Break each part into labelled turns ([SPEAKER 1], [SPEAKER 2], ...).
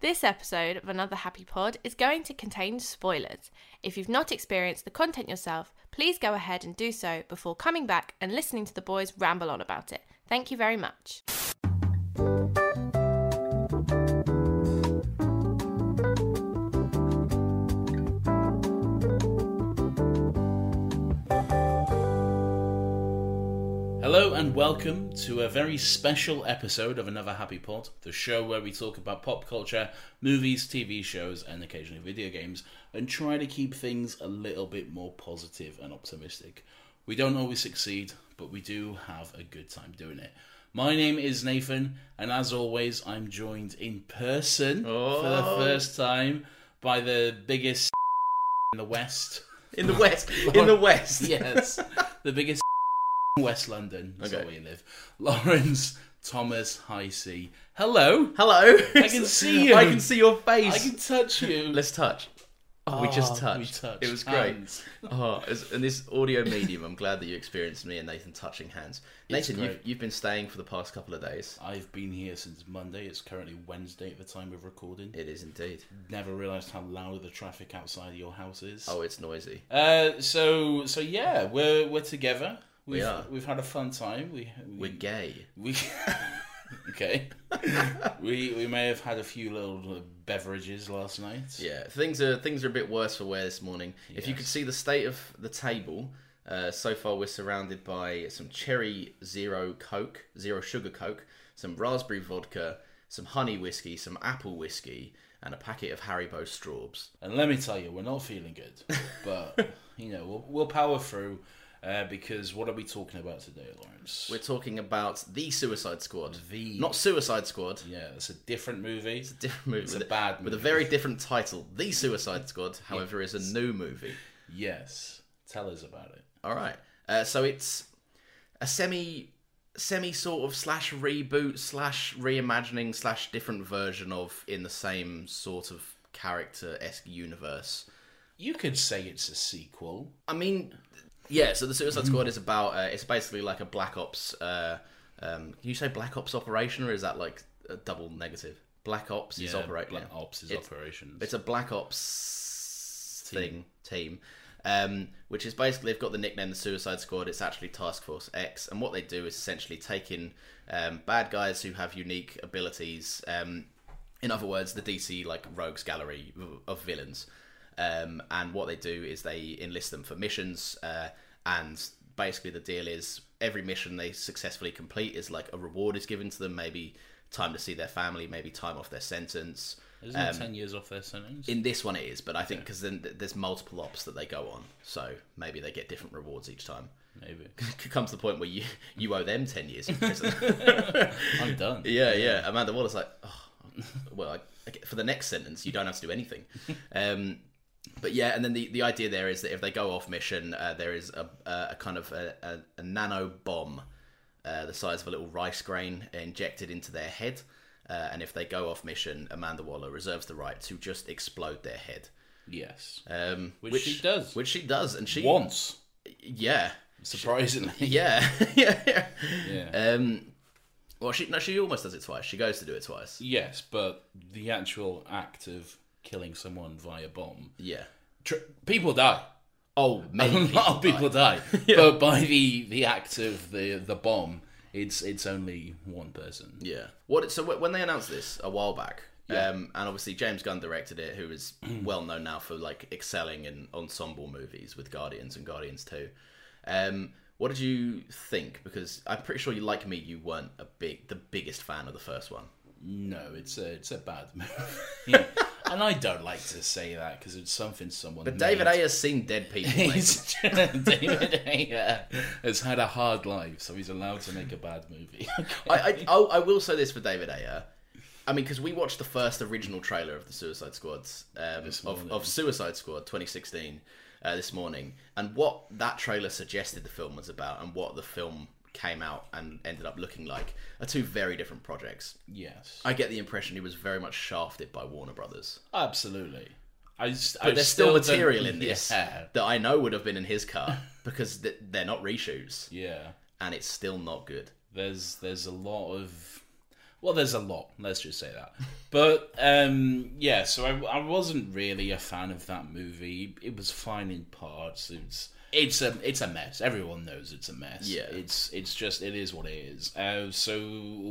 [SPEAKER 1] This episode of Another Happy Pod is going to contain spoilers. If you've not experienced the content yourself, please go ahead and do so before coming back and listening to the boys ramble on about it. Thank you very much.
[SPEAKER 2] Hello and welcome to a very special episode of Another Happy Pod, the show where we talk about pop culture, movies, TV shows, and occasionally video games, and try to keep things a little bit more positive and optimistic. We don't always succeed, but we do have a good time doing it. My name is Nathan, and as always, I'm joined in person for
[SPEAKER 3] Oh.
[SPEAKER 2] the first time by the biggest in the West.
[SPEAKER 3] In the west. In the west.
[SPEAKER 2] Yes, the biggest in West London. That's
[SPEAKER 3] Okay.
[SPEAKER 2] where you live. Lawrence Thomas Heisey. Hello.
[SPEAKER 3] Hello.
[SPEAKER 2] I can see you.
[SPEAKER 3] I can see your face.
[SPEAKER 2] I can touch you.
[SPEAKER 3] Let's touch. Oh, we just
[SPEAKER 2] Oh,
[SPEAKER 3] touched.
[SPEAKER 2] we touched
[SPEAKER 3] It was great.
[SPEAKER 2] hands.
[SPEAKER 3] Oh, as, in this audio medium, I'm glad that you experienced me and Nathan touching hands.
[SPEAKER 2] It's
[SPEAKER 3] Nathan, you've,
[SPEAKER 2] great.
[SPEAKER 3] you've been staying for the past couple of days.
[SPEAKER 2] I've been here since Monday. It's currently Wednesday at the time of recording.
[SPEAKER 3] It is indeed.
[SPEAKER 2] Never realised how loud the traffic outside your house is.
[SPEAKER 3] Oh, it's noisy.
[SPEAKER 2] Uh, so so yeah, we're we're together.
[SPEAKER 3] We
[SPEAKER 2] We've,
[SPEAKER 3] are.
[SPEAKER 2] We've had a fun time. We, we
[SPEAKER 3] We're gay.
[SPEAKER 2] We okay. we we may have had a few little beverages last night.
[SPEAKER 3] Yeah, things are things are a bit worse for wear this morning. If you could see the state of the table, uh, so far we're surrounded by some cherry zero coke, zero sugar coke, some raspberry vodka, some honey whiskey, some apple whiskey, and a packet of Haribo straws.
[SPEAKER 2] And let me tell you, we're not feeling good, but you know we'll, we'll power through. Uh, because what are we talking about today, Lawrence?
[SPEAKER 3] We're talking about the Suicide Squad,
[SPEAKER 2] The-
[SPEAKER 3] not Suicide Squad.
[SPEAKER 2] Yeah, it's a different movie.
[SPEAKER 3] It's a different movie.
[SPEAKER 2] It's
[SPEAKER 3] with
[SPEAKER 2] a bad
[SPEAKER 3] with a
[SPEAKER 2] movie.
[SPEAKER 3] very different title. The Suicide Squad, however, is a new movie.
[SPEAKER 2] Yes. Tell us about it.
[SPEAKER 3] All right. Uh, so it's a semi, semi sort of slash reboot slash reimagining slash different version of in the same sort of character esque universe.
[SPEAKER 2] You could say it's a sequel.
[SPEAKER 3] I mean, yeah. So the Suicide Squad is about uh, it's basically like a Black Ops. Uh, um, can you say Black Ops operation, or is that like a double negative? Black Ops is
[SPEAKER 2] Yeah,
[SPEAKER 3] operate.
[SPEAKER 2] Black
[SPEAKER 3] yeah.
[SPEAKER 2] Ops is operations.
[SPEAKER 3] It's a Black Ops thing team, um, which is basically they've got the nickname the Suicide Squad. It's actually Task Force X, and what they do is essentially take in um, bad guys who have unique abilities. Um, in other words, the DC like rogues gallery of villains. Um, and what they do is they enlist them for missions, uh, and basically the deal is every mission they successfully complete is like a reward is given to them, maybe time to see their family, maybe time off their sentence.
[SPEAKER 2] Isn't it 10 years off their sentence?
[SPEAKER 3] In this one, um, it is, but I think because then th- there's multiple ops that they go on, so maybe they get different rewards each time.
[SPEAKER 2] Maybe.
[SPEAKER 3] Comes to the point where you you owe them ten years in prison.
[SPEAKER 2] I'm done.
[SPEAKER 3] yeah, yeah. Amanda Waller's like, oh, well, I, for the next sentence, you don't have to do anything. um, but yeah, and then the, the idea there is that if they go off mission, uh, there is a, a, a kind of a, a, a nano bomb, uh, the size of a little rice grain, injected into their head. Uh, and if they go off mission, Amanda Waller reserves the right to just explode their head.
[SPEAKER 2] Yes.
[SPEAKER 3] Um,
[SPEAKER 2] Which she does.
[SPEAKER 3] Which she does, and she
[SPEAKER 2] Once,
[SPEAKER 3] Yeah,
[SPEAKER 2] surprisingly.
[SPEAKER 3] yeah, yeah, yeah.
[SPEAKER 2] Yeah.
[SPEAKER 3] Um, well, she no, she almost does it twice. She goes to do it twice.
[SPEAKER 2] Yes, but the actual act of killing someone via bomb,
[SPEAKER 3] Yeah.
[SPEAKER 2] tr- people die.
[SPEAKER 3] Oh,
[SPEAKER 2] a
[SPEAKER 3] many
[SPEAKER 2] lot of people
[SPEAKER 3] people
[SPEAKER 2] die. But by the the act of the the bomb, it's it's only one person.
[SPEAKER 3] Yeah. What? So wh- when they announced this a while back, um, and obviously James Gunn directed it, who is well known now for like excelling in ensemble movies with Guardians and Guardians Two. Um, what did you think? Because I'm pretty sure you, like me, you weren't a big, the biggest fan of the first one.
[SPEAKER 2] No, it's a it's a bad movie. yeah. And I don't like to say that because it's something someone.
[SPEAKER 3] But David
[SPEAKER 2] made.
[SPEAKER 3] Ayer has seen dead people. mate.
[SPEAKER 2] He's- David Ayer has had a hard life, so he's allowed to make a bad movie.
[SPEAKER 3] I, I, oh, I will say this for David Ayer. I mean, because we watched the first original trailer of the Suicide Squad's um, of, of Suicide Squad 2016 uh, this morning, and what that trailer suggested the film was about, and what the film came out and ended up looking like, are two very different projects.
[SPEAKER 2] yes,
[SPEAKER 3] I get the impression he was very much shafted by Warner Brothers.
[SPEAKER 2] absolutely. I, s- I
[SPEAKER 3] But there's still,
[SPEAKER 2] don't-
[SPEAKER 3] material in this
[SPEAKER 2] Oh, Yeah,
[SPEAKER 3] that I know would have been in his car because th- they're not reshoots,
[SPEAKER 2] yeah.
[SPEAKER 3] and it's still not good.
[SPEAKER 2] there's there's a lot of well there's a lot let's just say that but um yeah so I, I wasn't really a fan of that movie it was fine in parts it's it's a it's a mess everyone knows it's a mess
[SPEAKER 3] Yeah.
[SPEAKER 2] it's it's just it is what it is uh, so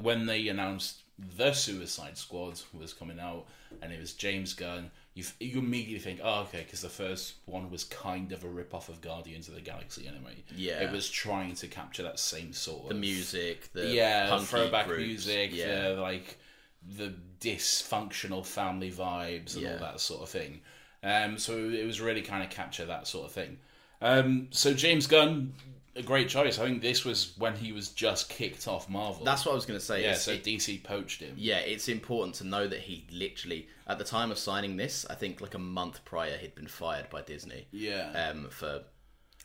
[SPEAKER 2] when they announced the suicide squad was coming out and it was james gunn you, f- you immediately think oh okay because the first one was kind of a rip-off of guardians of the galaxy anyway
[SPEAKER 3] Yeah.
[SPEAKER 2] it was trying to capture that same sort of
[SPEAKER 3] The music, the
[SPEAKER 2] yeah,
[SPEAKER 3] punky
[SPEAKER 2] throwback
[SPEAKER 3] groups,
[SPEAKER 2] music,
[SPEAKER 3] yeah.
[SPEAKER 2] the like the dysfunctional family vibes and
[SPEAKER 3] Yeah.
[SPEAKER 2] all that sort of thing. Um, so it was really kind of capture that sort of thing. Um, so James Gunn, a great choice. I think this was when he was just kicked off Marvel.
[SPEAKER 3] That's what I was going to say.
[SPEAKER 2] yeah.
[SPEAKER 3] It's-
[SPEAKER 2] So
[SPEAKER 3] it-
[SPEAKER 2] DC poached him.
[SPEAKER 3] yeah, it's important to know that he literally, at the time of signing this, I think like a month prior, he'd been fired by Disney.
[SPEAKER 2] Yeah.
[SPEAKER 3] Um, for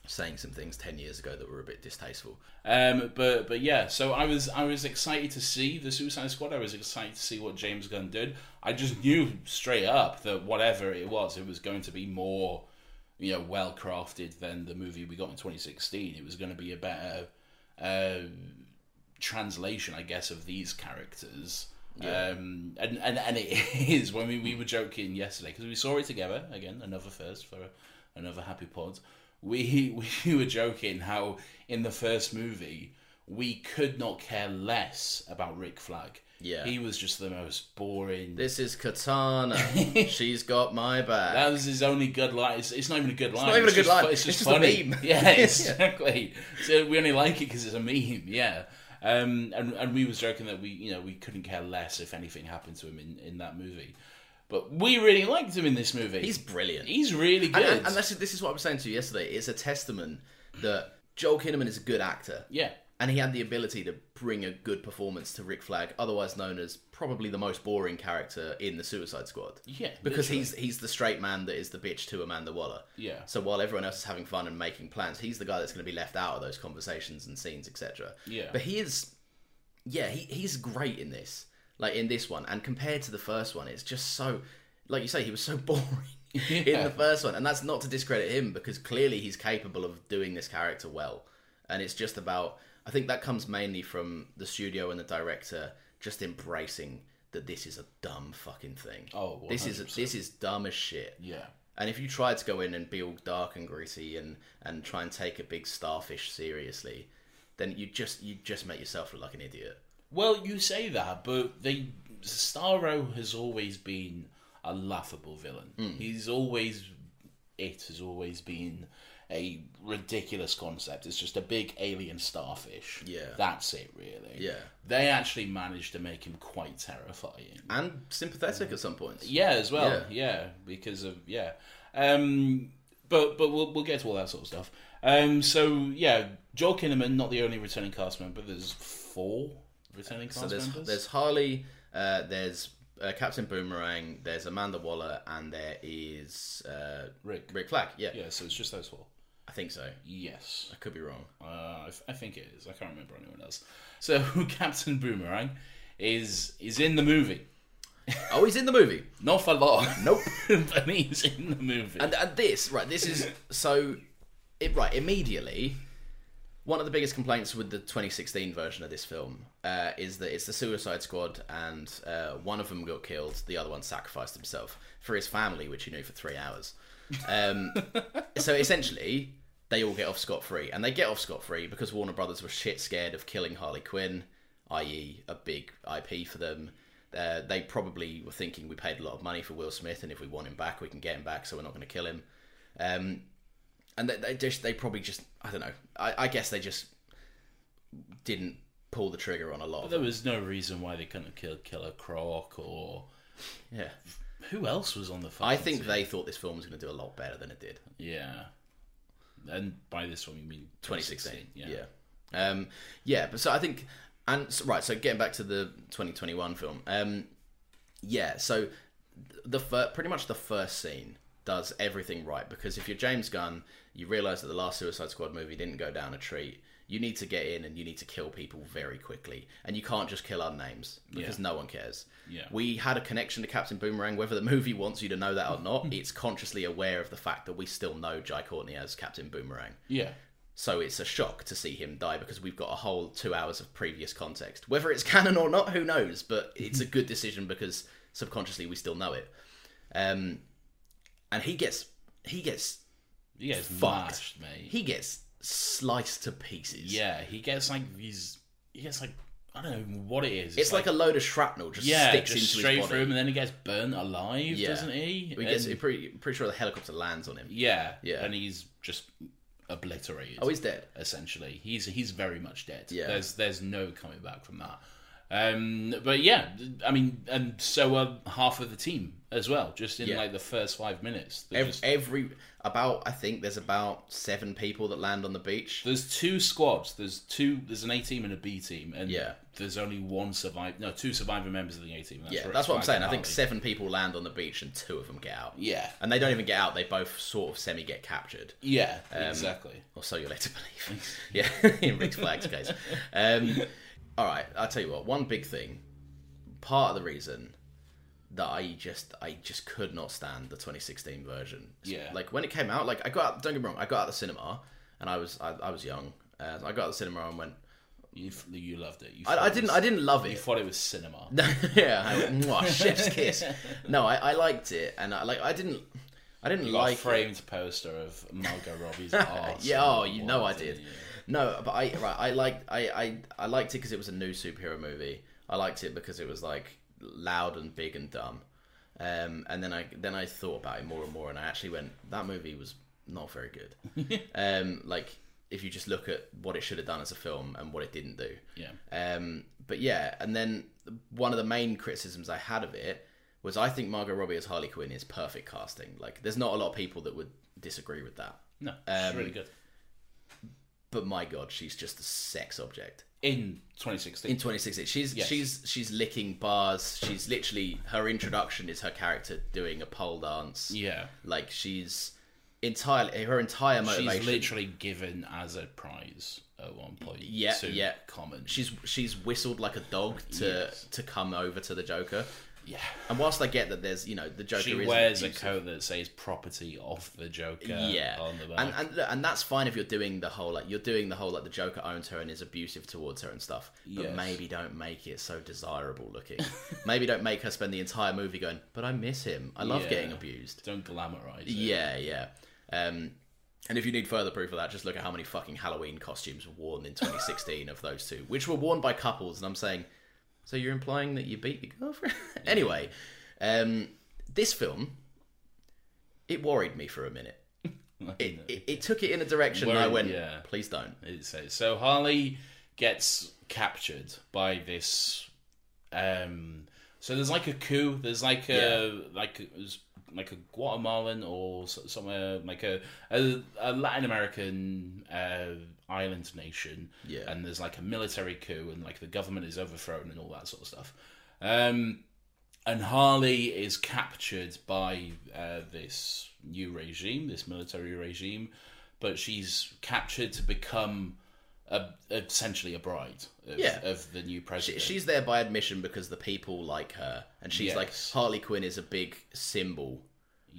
[SPEAKER 3] saying some things 10 years ago that were a bit distasteful.
[SPEAKER 2] Um, but but yeah, so I was I was excited to see the Suicide Squad. I was excited to see what James Gunn did. I just knew straight up that whatever it was, it was going to be more, you know, well crafted than the movie we got in 2016. It was going to be a better uh, translation, I guess, of these characters. Um, and, and and it is when we, we were joking yesterday because we saw it together again, another first for another happy pod. We we were joking how in the first movie we could not care less about Rick Flag.
[SPEAKER 3] Yeah.
[SPEAKER 2] he was just the most boring.
[SPEAKER 3] This is Katana. She's got my back.
[SPEAKER 2] That was his only good line. It's, it's not even a good line.
[SPEAKER 3] not even a good
[SPEAKER 2] just,
[SPEAKER 3] line.
[SPEAKER 2] It's just,
[SPEAKER 3] It's just a
[SPEAKER 2] funny.
[SPEAKER 3] meme.
[SPEAKER 2] Yeah, exactly. So we only like it because it's a meme. Yeah. Um, and and we was joking that we you know we couldn't care less if anything happened to him in, in that movie, but we really liked him in this movie.
[SPEAKER 3] He's brilliant.
[SPEAKER 2] He's really good.
[SPEAKER 3] and, and, and that's, this is what I was saying to you yesterday. It's a testament that Joel Kinnaman is a good actor.
[SPEAKER 2] yeah.
[SPEAKER 3] And he had the ability to bring a good performance to Rick Flag, otherwise known as probably the most boring character in the Suicide Squad.
[SPEAKER 2] Yeah,
[SPEAKER 3] because
[SPEAKER 2] literally.
[SPEAKER 3] he's he's the straight man that is the bitch to Amanda Waller.
[SPEAKER 2] Yeah.
[SPEAKER 3] So while everyone else is having fun and making plans, he's the guy that's going to be left out of those conversations and scenes, etc.
[SPEAKER 2] Yeah.
[SPEAKER 3] But he is, yeah, he he's great in this, like in this one, and compared to the first one, it's just so, like you say, he was so boring. In the first one, and that's not to discredit him because clearly he's capable of doing this character well and it's just about i think that comes mainly from the studio and the director just embracing that this is a dumb fucking thing
[SPEAKER 2] Oh,
[SPEAKER 3] this is this is dumb as shit
[SPEAKER 2] Yeah.
[SPEAKER 3] and if you try to go in and be all dark and gritty and and try and take a big starfish seriously then you just you just make yourself look like an idiot
[SPEAKER 2] Well, you say that, but they Starro has always been a laughable villain.
[SPEAKER 3] Hmm.
[SPEAKER 2] He's always it has always been a ridiculous concept. It's just a big alien starfish.
[SPEAKER 3] Yeah.
[SPEAKER 2] that's it, really.
[SPEAKER 3] Yeah.
[SPEAKER 2] they actually managed to make him quite terrifying.
[SPEAKER 3] and sympathetic at some points
[SPEAKER 2] Yeah, as well. Yeah, because of yeah. Um, but but we'll we'll get to all that sort of stuff. Um, so yeah, Joel Kinnaman, not the only returning cast member. There's four returning cast
[SPEAKER 3] so there's
[SPEAKER 2] members.
[SPEAKER 3] there's harley uh, there's uh, Captain Boomerang, there's Amanda Waller, and there is uh,
[SPEAKER 2] Rick.
[SPEAKER 3] Rick Flag. Yeah,
[SPEAKER 2] Yeah, so it's just those four.
[SPEAKER 3] I think so.
[SPEAKER 2] Yes.
[SPEAKER 3] I could be wrong.
[SPEAKER 2] Uh, I, f- I think it is. I can't remember anyone else. So Captain Boomerang is is in the movie.
[SPEAKER 3] Oh, he's in the movie.
[SPEAKER 2] Not for long.
[SPEAKER 3] Nope.
[SPEAKER 2] but he's in the movie.
[SPEAKER 3] And, and this, right, this is so it right, immediately one of the biggest complaints with the 2016 version of this film uh, is that it's the Suicide Squad, and uh, one of them got killed, the other one sacrificed himself for his family, which he knew for three hours. Um, so essentially, they all get off scot free, and they get off scot free because Warner Brothers were shit scared of killing Harley Quinn, i.e., a big IP for them. Uh, they probably were thinking we paid a lot of money for Will Smith, and if we want him back, we can get him back, so we're not going to kill him. Um, and they, they just they probably just I don't know. I, I guess they just didn't pull the trigger on a lot. Of
[SPEAKER 2] there
[SPEAKER 3] them.
[SPEAKER 2] was no reason why they couldn't kill Killer Croc or
[SPEAKER 3] Yeah,
[SPEAKER 2] who else was on the. fucking
[SPEAKER 3] I think
[SPEAKER 2] team?
[SPEAKER 3] they thought this film was going to do a lot better than it did.
[SPEAKER 2] Yeah. And by this one, you mean
[SPEAKER 3] 2016. Yeah.
[SPEAKER 2] Yeah.
[SPEAKER 3] Yeah. Um, yeah, but so I think, and so, right, so getting back to the 2021 film. Um, yeah, so the fir- pretty much the first scene does everything right because if you're James Gunn, you realise that the last Suicide Squad movie didn't go down a treat. You need to get in and you need to kill people very quickly, and you can't just kill unnames because
[SPEAKER 2] Yeah.
[SPEAKER 3] no one cares.
[SPEAKER 2] Yeah.
[SPEAKER 3] We had a connection to Captain Boomerang, whether the movie wants you to know that or not. it's consciously aware of the fact that we still know Jai Courtney as Captain Boomerang.
[SPEAKER 2] Yeah.
[SPEAKER 3] So it's a shock to see him die because we've got a whole two hours of previous context. Whether it's canon or not, who knows? But it's a good decision because subconsciously we still know it. Um, and he gets he gets
[SPEAKER 2] He gets
[SPEAKER 3] Fucked.
[SPEAKER 2] mashed, mate.
[SPEAKER 3] he gets sliced to pieces.
[SPEAKER 2] yeah, he gets like these. He gets like I don't know what it is.
[SPEAKER 3] it's like, a load of shrapnel just
[SPEAKER 2] yeah,
[SPEAKER 3] sticks
[SPEAKER 2] just
[SPEAKER 3] into
[SPEAKER 2] straight
[SPEAKER 3] his body.
[SPEAKER 2] through him, and then he gets burnt alive,
[SPEAKER 3] yeah,
[SPEAKER 2] doesn't he?
[SPEAKER 3] He gets
[SPEAKER 2] And-
[SPEAKER 3] pretty pretty sure the helicopter lands on him.
[SPEAKER 2] yeah,
[SPEAKER 3] Yeah.
[SPEAKER 2] and he's just obliterated.
[SPEAKER 3] Oh, he's dead.
[SPEAKER 2] essentially. He's he's very much dead.
[SPEAKER 3] Yeah.
[SPEAKER 2] There's there's no coming back from that. Um, but yeah, I mean, and so are half of the team as well. Just in
[SPEAKER 3] Yeah. eh,
[SPEAKER 2] like the first five minutes, They're
[SPEAKER 3] Every,
[SPEAKER 2] just-
[SPEAKER 3] every about I think there's about seven people that land on the beach.
[SPEAKER 2] there's two squads. There's two. There's an A team and a B team, and
[SPEAKER 3] Yeah.
[SPEAKER 2] there's only one survive. No, two surviving members of the A team. That's
[SPEAKER 3] yeah,
[SPEAKER 2] Rick
[SPEAKER 3] that's what I'm
[SPEAKER 2] Flag
[SPEAKER 3] saying.
[SPEAKER 2] and
[SPEAKER 3] I think
[SPEAKER 2] Harley.
[SPEAKER 3] seven people land on the beach and two of them get out.
[SPEAKER 2] Yeah,
[SPEAKER 3] and they don't even get out. They both sort of semi get captured,
[SPEAKER 2] yeah,
[SPEAKER 3] Um,
[SPEAKER 2] exactly.
[SPEAKER 3] or so you're led to believe. yeah, in Rick's Flag's case. Um, all right, I'll tell you what. One big thing, part of the reason that I just I just could not stand the 2016 version.
[SPEAKER 2] Yeah.
[SPEAKER 3] like when it came out, like I got out, don't get me wrong, I got out of the cinema and I was I, I was young. Uh, I got out of the cinema and went.
[SPEAKER 2] You f- you loved it. You
[SPEAKER 3] I,
[SPEAKER 2] thought
[SPEAKER 3] I
[SPEAKER 2] it
[SPEAKER 3] didn't.
[SPEAKER 2] was-
[SPEAKER 3] I didn't love it.
[SPEAKER 2] You thought it was cinema.
[SPEAKER 3] yeah, I went, "Mwah, chef's kiss. No, I, I liked it, and I like I didn't, I didn't
[SPEAKER 2] Got a
[SPEAKER 3] like. it.
[SPEAKER 2] framed poster of Margot Robbie's arse.
[SPEAKER 3] Yeah,
[SPEAKER 2] and
[SPEAKER 3] oh, you know I
[SPEAKER 2] whatnot,
[SPEAKER 3] did.
[SPEAKER 2] didn't you?
[SPEAKER 3] No, but I right, I liked I I, I liked it because it was a new superhero movie. I liked it because it was like loud and big and dumb. Um, and then I then I thought about it more and more, and I actually went, that movie was not very good. um, like if you just look at what it should have done as a film and what it didn't do.
[SPEAKER 2] Yeah.
[SPEAKER 3] Um, but yeah, and then one of the main criticisms I had of it was I think Margot Robbie as Harley Quinn is perfect casting. Like, there's not a lot of people that would disagree with that.
[SPEAKER 2] No, it's
[SPEAKER 3] Um,
[SPEAKER 2] really good.
[SPEAKER 3] But my god, she's just a sex object.
[SPEAKER 2] In
[SPEAKER 3] In
[SPEAKER 2] 2016.
[SPEAKER 3] 2016, she's
[SPEAKER 2] Yes.
[SPEAKER 3] she's she's licking bars. She's literally her introduction is her character doing a pole dance.
[SPEAKER 2] yeah.
[SPEAKER 3] Like she's entirely her entire motivation.
[SPEAKER 2] She's literally given as a prize at one point.
[SPEAKER 3] Yeah,
[SPEAKER 2] to
[SPEAKER 3] yeah.
[SPEAKER 2] Common.
[SPEAKER 3] she's she's whistled like a dog to
[SPEAKER 2] Yes.
[SPEAKER 3] to come over to the Joker.
[SPEAKER 2] yeah.
[SPEAKER 3] And whilst I get that there's you know the Joker
[SPEAKER 2] She
[SPEAKER 3] is
[SPEAKER 2] wears a
[SPEAKER 3] abusive-
[SPEAKER 2] coat that says "Property of the Joker"
[SPEAKER 3] yeah,
[SPEAKER 2] on the back.
[SPEAKER 3] and and look, and that's fine if you're doing the whole like you're doing the whole like the Joker owns her and is abusive towards her and stuff. But
[SPEAKER 2] Yes.
[SPEAKER 3] maybe don't make it so desirable looking. maybe don't make her spend the entire movie going, but I miss him. I love
[SPEAKER 2] Yeah.
[SPEAKER 3] getting abused.
[SPEAKER 2] Don't glamorize it.
[SPEAKER 3] Yeah, yeah. Um, and if you need further proof of that, just look at how many fucking Halloween costumes were worn in 2016 of those two, which were worn by couples. And I'm saying, so you're implying that you beat your girlfriend? anyway, um, this film, it worried me for a minute. It, it, it took it in a direction that I
[SPEAKER 2] Worried,
[SPEAKER 3] went,
[SPEAKER 2] yeah.
[SPEAKER 3] please don't.
[SPEAKER 2] It says so. Harley gets captured by this. Um, so there's like a coup. There's like a like it was like a Guatemalan or s- somewhere like a a, a Latin American uh, island nation.
[SPEAKER 3] Yeah.
[SPEAKER 2] and there's like a military coup and like the government is overthrown and all that sort of stuff. Um, and Harley is captured by uh, this new regime, this military regime, but she's captured to become a, essentially a bride of,
[SPEAKER 3] Yeah.
[SPEAKER 2] of the new
[SPEAKER 3] She-
[SPEAKER 2] president.
[SPEAKER 3] She's there by admission because the people like her, and she's like
[SPEAKER 2] Yes.
[SPEAKER 3] Harley Quinn is a big symbol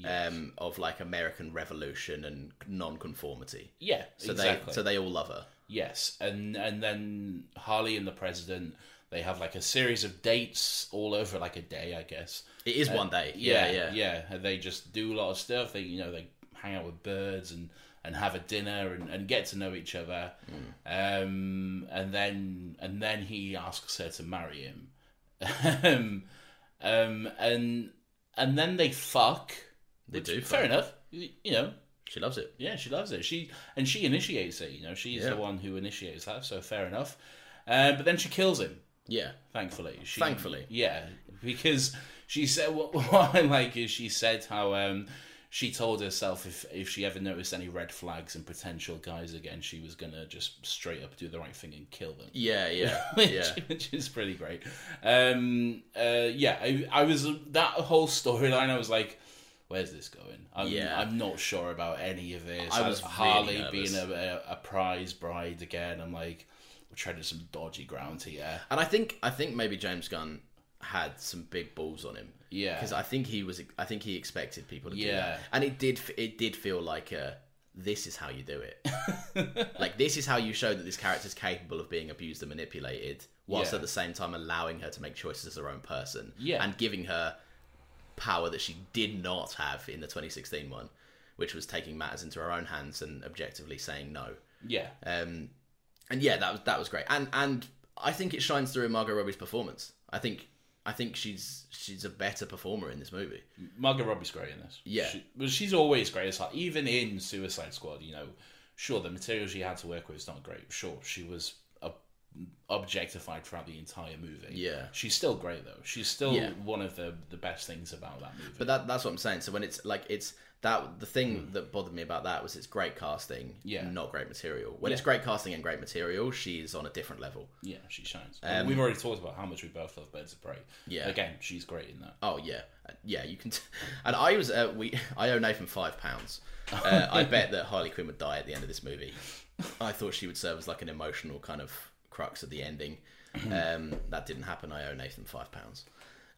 [SPEAKER 3] um, of like American revolution and non-conformity.
[SPEAKER 2] yeah,
[SPEAKER 3] So
[SPEAKER 2] exactly.
[SPEAKER 3] they so they all love her.
[SPEAKER 2] Yes, and and then Harley and the president they have like a series of dates all over like a day, I guess.
[SPEAKER 3] It is one day. Yeah, yeah,
[SPEAKER 2] Uh, yeah. And they just do a lot of stuff. They you know they hang out with birds and and have a dinner and, and get to know each other.
[SPEAKER 3] Hmm.
[SPEAKER 2] Um, and then and then he asks her to marry him. um, um, and and then they fuck.
[SPEAKER 3] They
[SPEAKER 2] which-
[SPEAKER 3] do
[SPEAKER 2] Fair
[SPEAKER 3] fuck.
[SPEAKER 2] enough. You you know,
[SPEAKER 3] She loves it.
[SPEAKER 2] yeah, she loves it. She and she initiates it. You know, she's
[SPEAKER 3] Yeah.
[SPEAKER 2] the one who initiates that. So fair enough. Uh, but then she kills him.
[SPEAKER 3] Yeah,
[SPEAKER 2] Thankfully, she,
[SPEAKER 3] Thankfully.
[SPEAKER 2] yeah, because she said what, what I like is she said how um, she told herself if if she ever noticed any red flags and potential guys again, she was gonna just straight up do the right thing and kill them
[SPEAKER 3] yeah, yeah,
[SPEAKER 2] which,
[SPEAKER 3] yeah.
[SPEAKER 2] which is pretty great. Um, uh, yeah, I, I was that whole storyline. I was like, "Where's this going?" I'm,
[SPEAKER 3] Yeah.
[SPEAKER 2] I'm not sure about any of this.
[SPEAKER 3] I was
[SPEAKER 2] Harley
[SPEAKER 3] really
[SPEAKER 2] being
[SPEAKER 3] nervous.
[SPEAKER 2] a, a, a prize bride again. I'm like, we're treading some dodgy ground here.
[SPEAKER 3] And I think I think maybe James Gunn had some big balls on him.
[SPEAKER 2] Yeah.
[SPEAKER 3] because I think he was I think he expected people to do
[SPEAKER 2] Yeah.
[SPEAKER 3] that, and it did f- it did feel like uh, this is how you do it. like this is how you show that this character is capable of being abused and manipulated, whilst
[SPEAKER 2] Yeah.
[SPEAKER 3] at the same time allowing her to make choices as her own person.
[SPEAKER 2] Yeah.
[SPEAKER 3] and giving her power that she did not have in the 2016 one, which was taking matters into her own hands and objectively saying no.
[SPEAKER 2] Yeah,
[SPEAKER 3] Um, and yeah, that was that was great. And and I think it shines through in Margot Robbie's performance. I think I think she's she's a better performer in this movie.
[SPEAKER 2] Margot Robbie's great in this.
[SPEAKER 3] Yeah.
[SPEAKER 2] she, well, she's always great as Har- even in Suicide Squad. You know, sure the material she had to work with is not great. Sure, she was ob- objectified throughout the entire movie.
[SPEAKER 3] Yeah.
[SPEAKER 2] she's still great though. She's still
[SPEAKER 3] Yeah.
[SPEAKER 2] one of the the best things about that movie.
[SPEAKER 3] But that that's what I'm saying. So when it's like it's that the thing that bothered me about that was it's great casting,
[SPEAKER 2] Mm. Yeah.
[SPEAKER 3] not great material. When it's great casting and great material, she's on a different level.
[SPEAKER 2] yeah, she shines. We've already talked about how much we both love Birds of Prey.
[SPEAKER 3] Um, Yeah.
[SPEAKER 2] again, she's great in that.
[SPEAKER 3] Oh yeah, Uh, yeah. You can. T- and I was uh, we. I owe Nathan five pounds. Uh, I bet that Harley Quinn would die at the end of this movie. I thought she would serve as like an emotional kind of crux of the ending. Um, that didn't happen. I owe Nathan five pounds.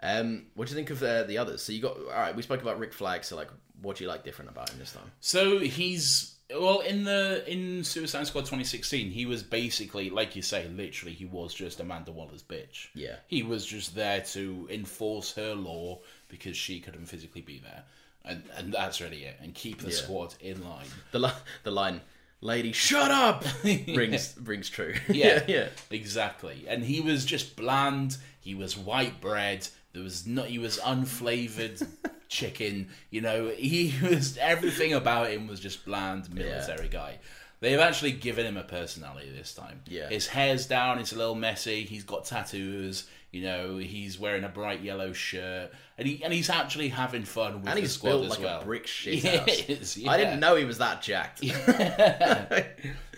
[SPEAKER 3] Um, what do you think of uh, the others? So you got all right. We spoke about Rick Flag. So like, what do you like different about him this time?
[SPEAKER 2] So he's well in the in Suicide Squad 2016, he was basically like you say, literally he was just Amanda Waller's bitch.
[SPEAKER 3] Yeah.
[SPEAKER 2] he was just there to enforce her law because she couldn't physically be there, and and that's really it. And keep the
[SPEAKER 3] Yeah.
[SPEAKER 2] squad in line.
[SPEAKER 3] The li- the line, "Lady, shut up," rings rings true.
[SPEAKER 2] Yeah,
[SPEAKER 3] yeah.
[SPEAKER 2] exactly. And he was just bland. He was white bread. There was not. He was unflavored chicken. You know, he was everything about him was just bland military guy. They've actually given him a personality this time.
[SPEAKER 3] Yeah.
[SPEAKER 2] his hair's down. It's a little messy. He's got tattoos. You know, he's wearing a bright yellow shirt, and he and he's actually having fun with
[SPEAKER 3] And
[SPEAKER 2] the
[SPEAKER 3] he's
[SPEAKER 2] squad
[SPEAKER 3] built
[SPEAKER 2] as
[SPEAKER 3] like
[SPEAKER 2] well.
[SPEAKER 3] a brick shit
[SPEAKER 2] He
[SPEAKER 3] house.
[SPEAKER 2] is,
[SPEAKER 3] I
[SPEAKER 2] yeah.
[SPEAKER 3] didn't know he was that jacked.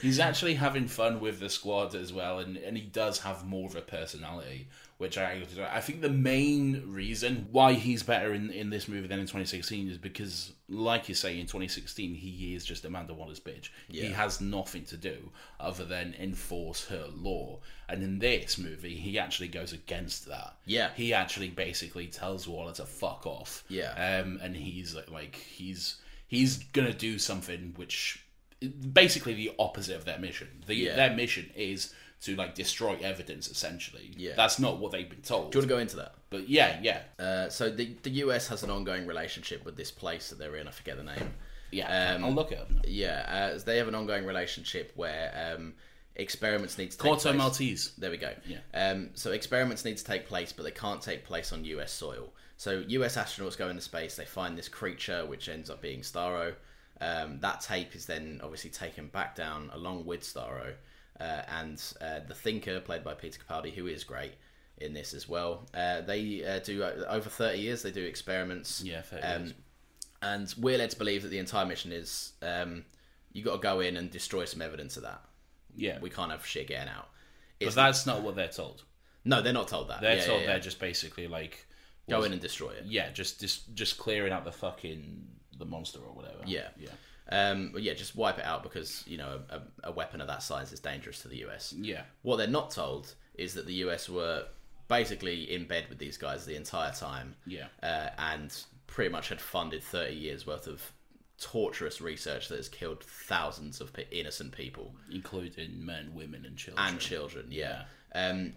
[SPEAKER 2] He's actually having fun with the squad as well, and, and he does have more of a personality, which I I think the main reason why he's better in, in this movie than in 2016 is because, like you say, in 2016 he is just Amanda Waller's bitch. He has nothing to do other than enforce her law, and in this movie he actually goes against that.
[SPEAKER 3] Yeah.
[SPEAKER 2] he actually basically tells Waller to fuck off.
[SPEAKER 3] Yeah.
[SPEAKER 2] um, and he's like, like he's he's gonna do something which basically the opposite of their mission. The,
[SPEAKER 3] Yeah.
[SPEAKER 2] Their mission is to like destroy evidence. Essentially,
[SPEAKER 3] Yeah.
[SPEAKER 2] that's not what they've been told.
[SPEAKER 3] Do you want to go into that?
[SPEAKER 2] But yeah, yeah,
[SPEAKER 3] Uh, so the the US has an ongoing relationship with this place that they're in. I forget the name. Uh,
[SPEAKER 2] yeah. I'll look it up. Now.
[SPEAKER 3] Yeah, uh, they have an ongoing relationship where um, experiments need to take
[SPEAKER 2] Corto
[SPEAKER 3] place.
[SPEAKER 2] Maltese.
[SPEAKER 3] There we go. Yeah. Um, so experiments need to take place, but they can't take place on US soil. So US astronauts go into space. They find this creature, which ends up being Starro. Um, that tape is then obviously taken back down along with Starro, uh, and uh, the Thinker, played by Peter Capaldi, who is great in this as well. Uh, they uh, do uh, over thirty years. They do experiments.
[SPEAKER 2] Yeah, fair
[SPEAKER 3] Um,
[SPEAKER 2] use.
[SPEAKER 3] and we're led to believe that the entire mission is um, you got to go in and destroy some evidence of that.
[SPEAKER 2] yeah.
[SPEAKER 3] We can't have shit getting out.
[SPEAKER 2] but that's not what they're told.
[SPEAKER 3] No, they're not told that.
[SPEAKER 2] They're
[SPEAKER 3] Yeah,
[SPEAKER 2] told
[SPEAKER 3] yeah, yeah.
[SPEAKER 2] they're just basically like
[SPEAKER 3] Go in and destroy it.
[SPEAKER 2] Yeah, just just just clearing out the fucking the monster or whatever.
[SPEAKER 3] Yeah.
[SPEAKER 2] yeah,
[SPEAKER 3] Um, but yeah, just wipe it out because you know a, a weapon of that size is dangerous to the US.
[SPEAKER 2] yeah.
[SPEAKER 3] What they're not told is that the US were basically in bed with these guys the entire time.
[SPEAKER 2] Yeah.
[SPEAKER 3] Uh, and pretty much had funded 30 years worth of torturous research that has killed thousands of pe- innocent people
[SPEAKER 2] Including men, women, and children. Mm.
[SPEAKER 3] and children. Yeah. Um,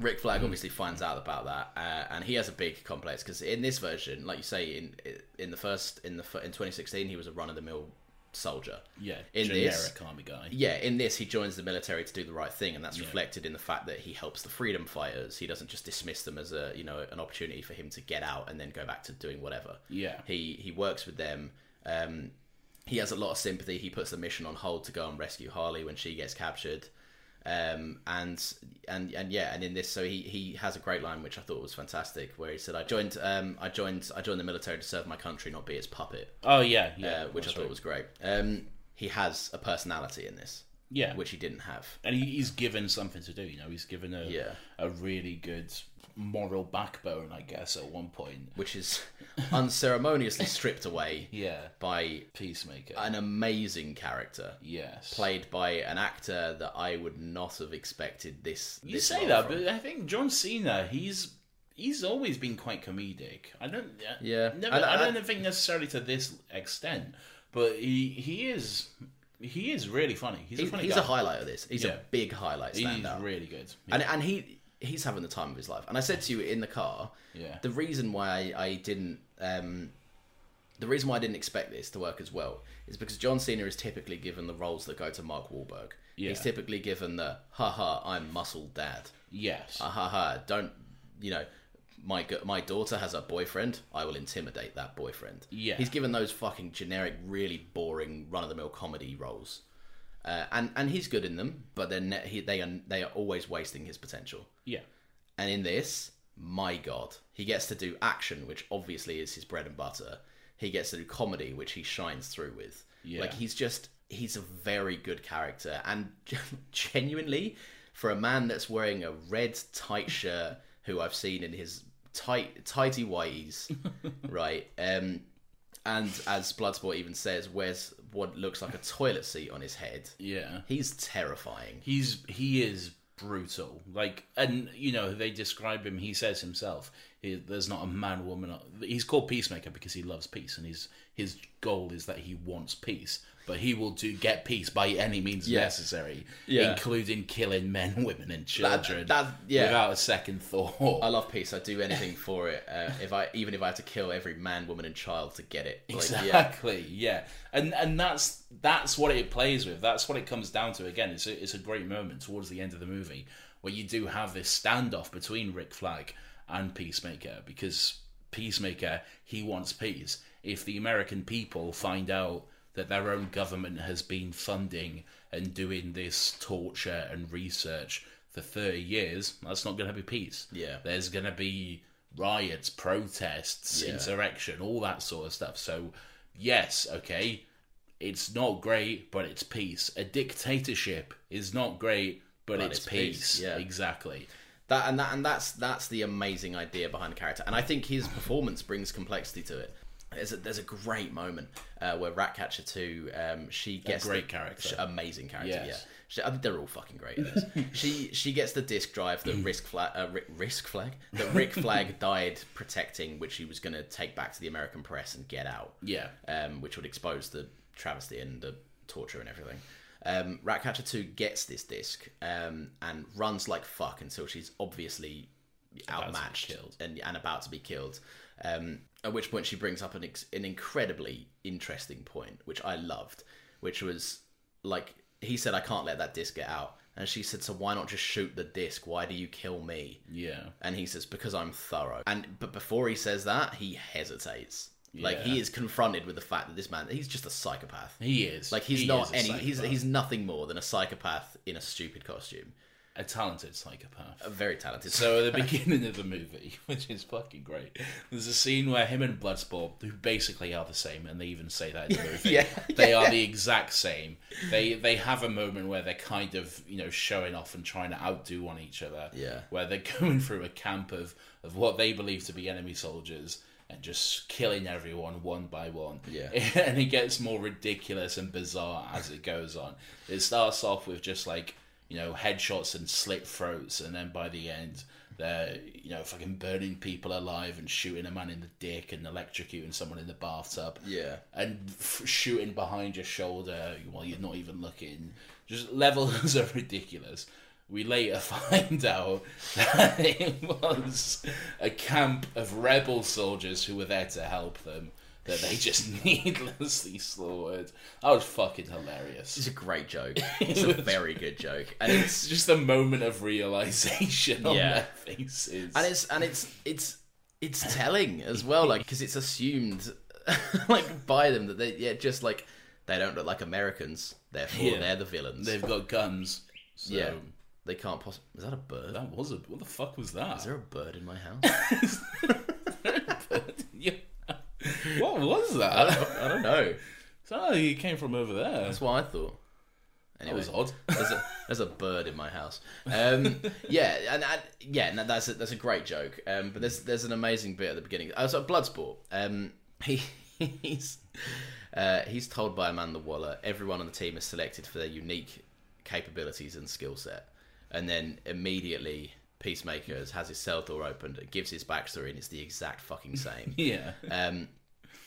[SPEAKER 3] Rick Flag obviously finds out about that, uh, and he has a big complex because in this version, like you say, in in the first in the fir- in 2016, he was a run of the mill soldier.
[SPEAKER 2] yeah,
[SPEAKER 3] In
[SPEAKER 2] generic
[SPEAKER 3] this,
[SPEAKER 2] army guy.
[SPEAKER 3] yeah, in this, he joins the military to do the right thing, and that's reflected in the fact that he helps the freedom fighters. He doesn't just dismiss them as a you know an opportunity for him to get out and then go back to doing whatever.
[SPEAKER 2] Yeah.
[SPEAKER 3] he he works with them. Um, he has a lot of sympathy. He puts the mission on hold to go and rescue Harley when she gets captured. Um, and and and yeah, and in this, so he he has a great line which I thought was fantastic, where he said, "I joined um I joined I joined the military to serve my country, not be its puppet."
[SPEAKER 2] Oh yeah, yeah.
[SPEAKER 3] uh, which I
[SPEAKER 2] that's
[SPEAKER 3] thought
[SPEAKER 2] right.
[SPEAKER 3] was great. Um, he has a personality in this,
[SPEAKER 2] yeah,
[SPEAKER 3] which he didn't have.
[SPEAKER 2] and he, he's given something to do. You know, he's given a
[SPEAKER 3] Yeah.
[SPEAKER 2] a really good moral backbone, I guess, at one point.
[SPEAKER 3] which is unceremoniously stripped away
[SPEAKER 2] Yeah,
[SPEAKER 3] by
[SPEAKER 2] peacemaker.
[SPEAKER 3] an amazing character
[SPEAKER 2] yes,
[SPEAKER 3] played by an actor that I would not have expected this.
[SPEAKER 2] You
[SPEAKER 3] this
[SPEAKER 2] say
[SPEAKER 3] role
[SPEAKER 2] that,
[SPEAKER 3] from.
[SPEAKER 2] but I think John Cena, he's he's always been quite comedic. I don't, I-
[SPEAKER 3] Yeah.
[SPEAKER 2] never,
[SPEAKER 3] I-
[SPEAKER 2] I,
[SPEAKER 3] I-
[SPEAKER 2] don't think necessarily to this extent, but he he is he is really funny. He's
[SPEAKER 3] He-
[SPEAKER 2] a funny
[SPEAKER 3] he's
[SPEAKER 2] guy.
[SPEAKER 3] a highlight of this. He's
[SPEAKER 2] Yeah.
[SPEAKER 3] a big highlight
[SPEAKER 2] He's
[SPEAKER 3] standout,
[SPEAKER 2] really good.
[SPEAKER 3] and and he he's having the time of his life. And I said to you in the car,
[SPEAKER 2] Yeah.
[SPEAKER 3] the reason why I, I didn't. Um, the reason why I didn't expect this to work as well is because John Cena is typically given the roles that go to Mark Wahlberg.
[SPEAKER 2] Yeah.
[SPEAKER 3] He's typically given the, haha, I'm muscle dad.
[SPEAKER 2] yes.
[SPEAKER 3] Ah, ha ha don't you know my g- my daughter has a boyfriend i will intimidate that boyfriend
[SPEAKER 2] Yeah.
[SPEAKER 3] he's given those fucking generic really boring run-of-the-mill comedy roles uh, and and he's good in them but they're ne- he, they are they are always wasting his potential
[SPEAKER 2] yeah.
[SPEAKER 3] and in this my god he gets to do action which obviously is his bread and butter he gets to do comedy which he shines through with
[SPEAKER 2] Yeah.
[SPEAKER 3] like he's just he's a very good character and genuinely for a man that's wearing a red tight shirt who i've seen in his tight tighty whities right um and as bloodsport even says wears what looks like a toilet seat on his head
[SPEAKER 2] Yeah.
[SPEAKER 3] he's terrifying
[SPEAKER 2] He's he is brutal. Like, and you know, they describe him. He says himself, he, "There's not a man, woman." or- He's called Peacemaker because he loves peace, and his his goal is that he wants peace. But he will do get peace by any means
[SPEAKER 3] Yeah.
[SPEAKER 2] necessary,
[SPEAKER 3] Yeah.
[SPEAKER 2] including killing men, women, and children.
[SPEAKER 3] that- yeah.
[SPEAKER 2] without a second thought.
[SPEAKER 3] I love peace. I'd do anything for it. Uh, if I even if I had to kill every man, woman, and child to get it. Like, yeah.
[SPEAKER 2] Exactly. Yeah. And and that's that's what it plays with. That's what it comes down to. Again, it's a, it's a great moment towards the end of the movie where you do have this standoff between Rick Flag and Peacemaker because Peacemaker he wants peace. If the American people find out that their own government has been funding and doing this torture and research for 30 years, that's not going to be peace.
[SPEAKER 3] Yeah.
[SPEAKER 2] There's going to be riots, protests,
[SPEAKER 3] Yeah.
[SPEAKER 2] insurrection, all that sort of stuff. So, yes, okay, it's not great, but it's peace. A dictatorship is not great, but, it's,
[SPEAKER 3] it's
[SPEAKER 2] peace.
[SPEAKER 3] peace, yeah.
[SPEAKER 2] Exactly.
[SPEAKER 3] That and that and that's that's the amazing idea behind the character. And I think his performance brings complexity to it. There's a, there's a great moment uh, where Ratcatcher two um, she gets
[SPEAKER 2] great
[SPEAKER 3] the-
[SPEAKER 2] character.
[SPEAKER 3] sh- amazing character.
[SPEAKER 2] Yes.
[SPEAKER 3] Yeah, she, I think they're all fucking great. in this. she she gets the disc drive that Risk Flag uh, Rick, Risk Flag that Rick Flag died protecting, which he was going to take back to the American press and get out.
[SPEAKER 2] Yeah.
[SPEAKER 3] um, which would expose the travesty and the torture and everything. Um, Ratcatcher 2 gets this disc um, and runs like fuck until she's obviously outmatched
[SPEAKER 2] killed.
[SPEAKER 3] and, and about to be killed. Um, at which point she brings up an, ex- an incredibly interesting point, which I loved, which was like, he said, I can't let that disc get out. And she said, So why not just shoot the disc? Why do you kill me?
[SPEAKER 2] Yeah.
[SPEAKER 3] and he says because I'm thorough. And but before he says that, he hesitates. Like
[SPEAKER 2] Yeah.
[SPEAKER 3] he is confronted with the fact that this man he's just a psychopath.
[SPEAKER 2] He is.
[SPEAKER 3] Like he's
[SPEAKER 2] He
[SPEAKER 3] not
[SPEAKER 2] is a
[SPEAKER 3] any he's
[SPEAKER 2] psychopath.
[SPEAKER 3] he's nothing more than a psychopath in a stupid costume.
[SPEAKER 2] a talented psychopath.
[SPEAKER 3] A very talented.
[SPEAKER 2] So at the beginning of the movie, which is fucking great, there's a scene where him and Bloodsport, who basically are the same, and they even say that in the movie,
[SPEAKER 3] Yeah,
[SPEAKER 2] they are the exact same. They they have a moment where they're kind of you know showing off and trying to outdo one each other.
[SPEAKER 3] Yeah.
[SPEAKER 2] where they're going through a camp of of what they believe to be enemy soldiers. And just killing everyone one by one.
[SPEAKER 3] Yeah.
[SPEAKER 2] And it gets more ridiculous and bizarre as it goes on. It starts off with just like you know, headshots and slit throats, and then by the end, they're you know fucking burning people alive and shooting a man in the dick and electrocuting someone in the bathtub.
[SPEAKER 3] Yeah.
[SPEAKER 2] and f- shooting behind your shoulder while you're not even looking. Just levels are ridiculous. We later find out that it was a camp of rebel soldiers who were there to help them. That they just needlessly slaughtered. That was fucking hilarious.
[SPEAKER 3] It's a great joke. It's a very good joke, and it's
[SPEAKER 2] It's just a moment of realization on
[SPEAKER 3] Yeah.
[SPEAKER 2] their faces.
[SPEAKER 3] and it's and it's it's it's telling as well, like because it's assumed like by them that they yeah just like they don't look like Americans, therefore
[SPEAKER 2] Yeah.
[SPEAKER 3] they're the villains.
[SPEAKER 2] They've got guns. So
[SPEAKER 3] yeah, they can't possibly. Is that a bird?
[SPEAKER 2] that was a what the fuck was that?
[SPEAKER 3] Is there a bird in my house?
[SPEAKER 2] Yeah. what was
[SPEAKER 3] I,
[SPEAKER 2] that?
[SPEAKER 3] don't, I don't know.
[SPEAKER 2] Sounded like it oh, came from over there.
[SPEAKER 3] That's what I thought.
[SPEAKER 2] That
[SPEAKER 3] Anyway,
[SPEAKER 2] was odd.
[SPEAKER 3] there's a there's a bird in my house. Um, yeah, and I, yeah, no, that's a, that's a great joke. Um, but there's there's an amazing bit at the beginning. I was at Bloodsport. Um, he he's uh, he's told by Amanda Waller everyone on the team is selected for their unique capabilities and skill set, and then immediately Peacemaker has- has his cell door opened, gives his backstory, and it's the exact fucking same.
[SPEAKER 2] yeah.
[SPEAKER 3] Um,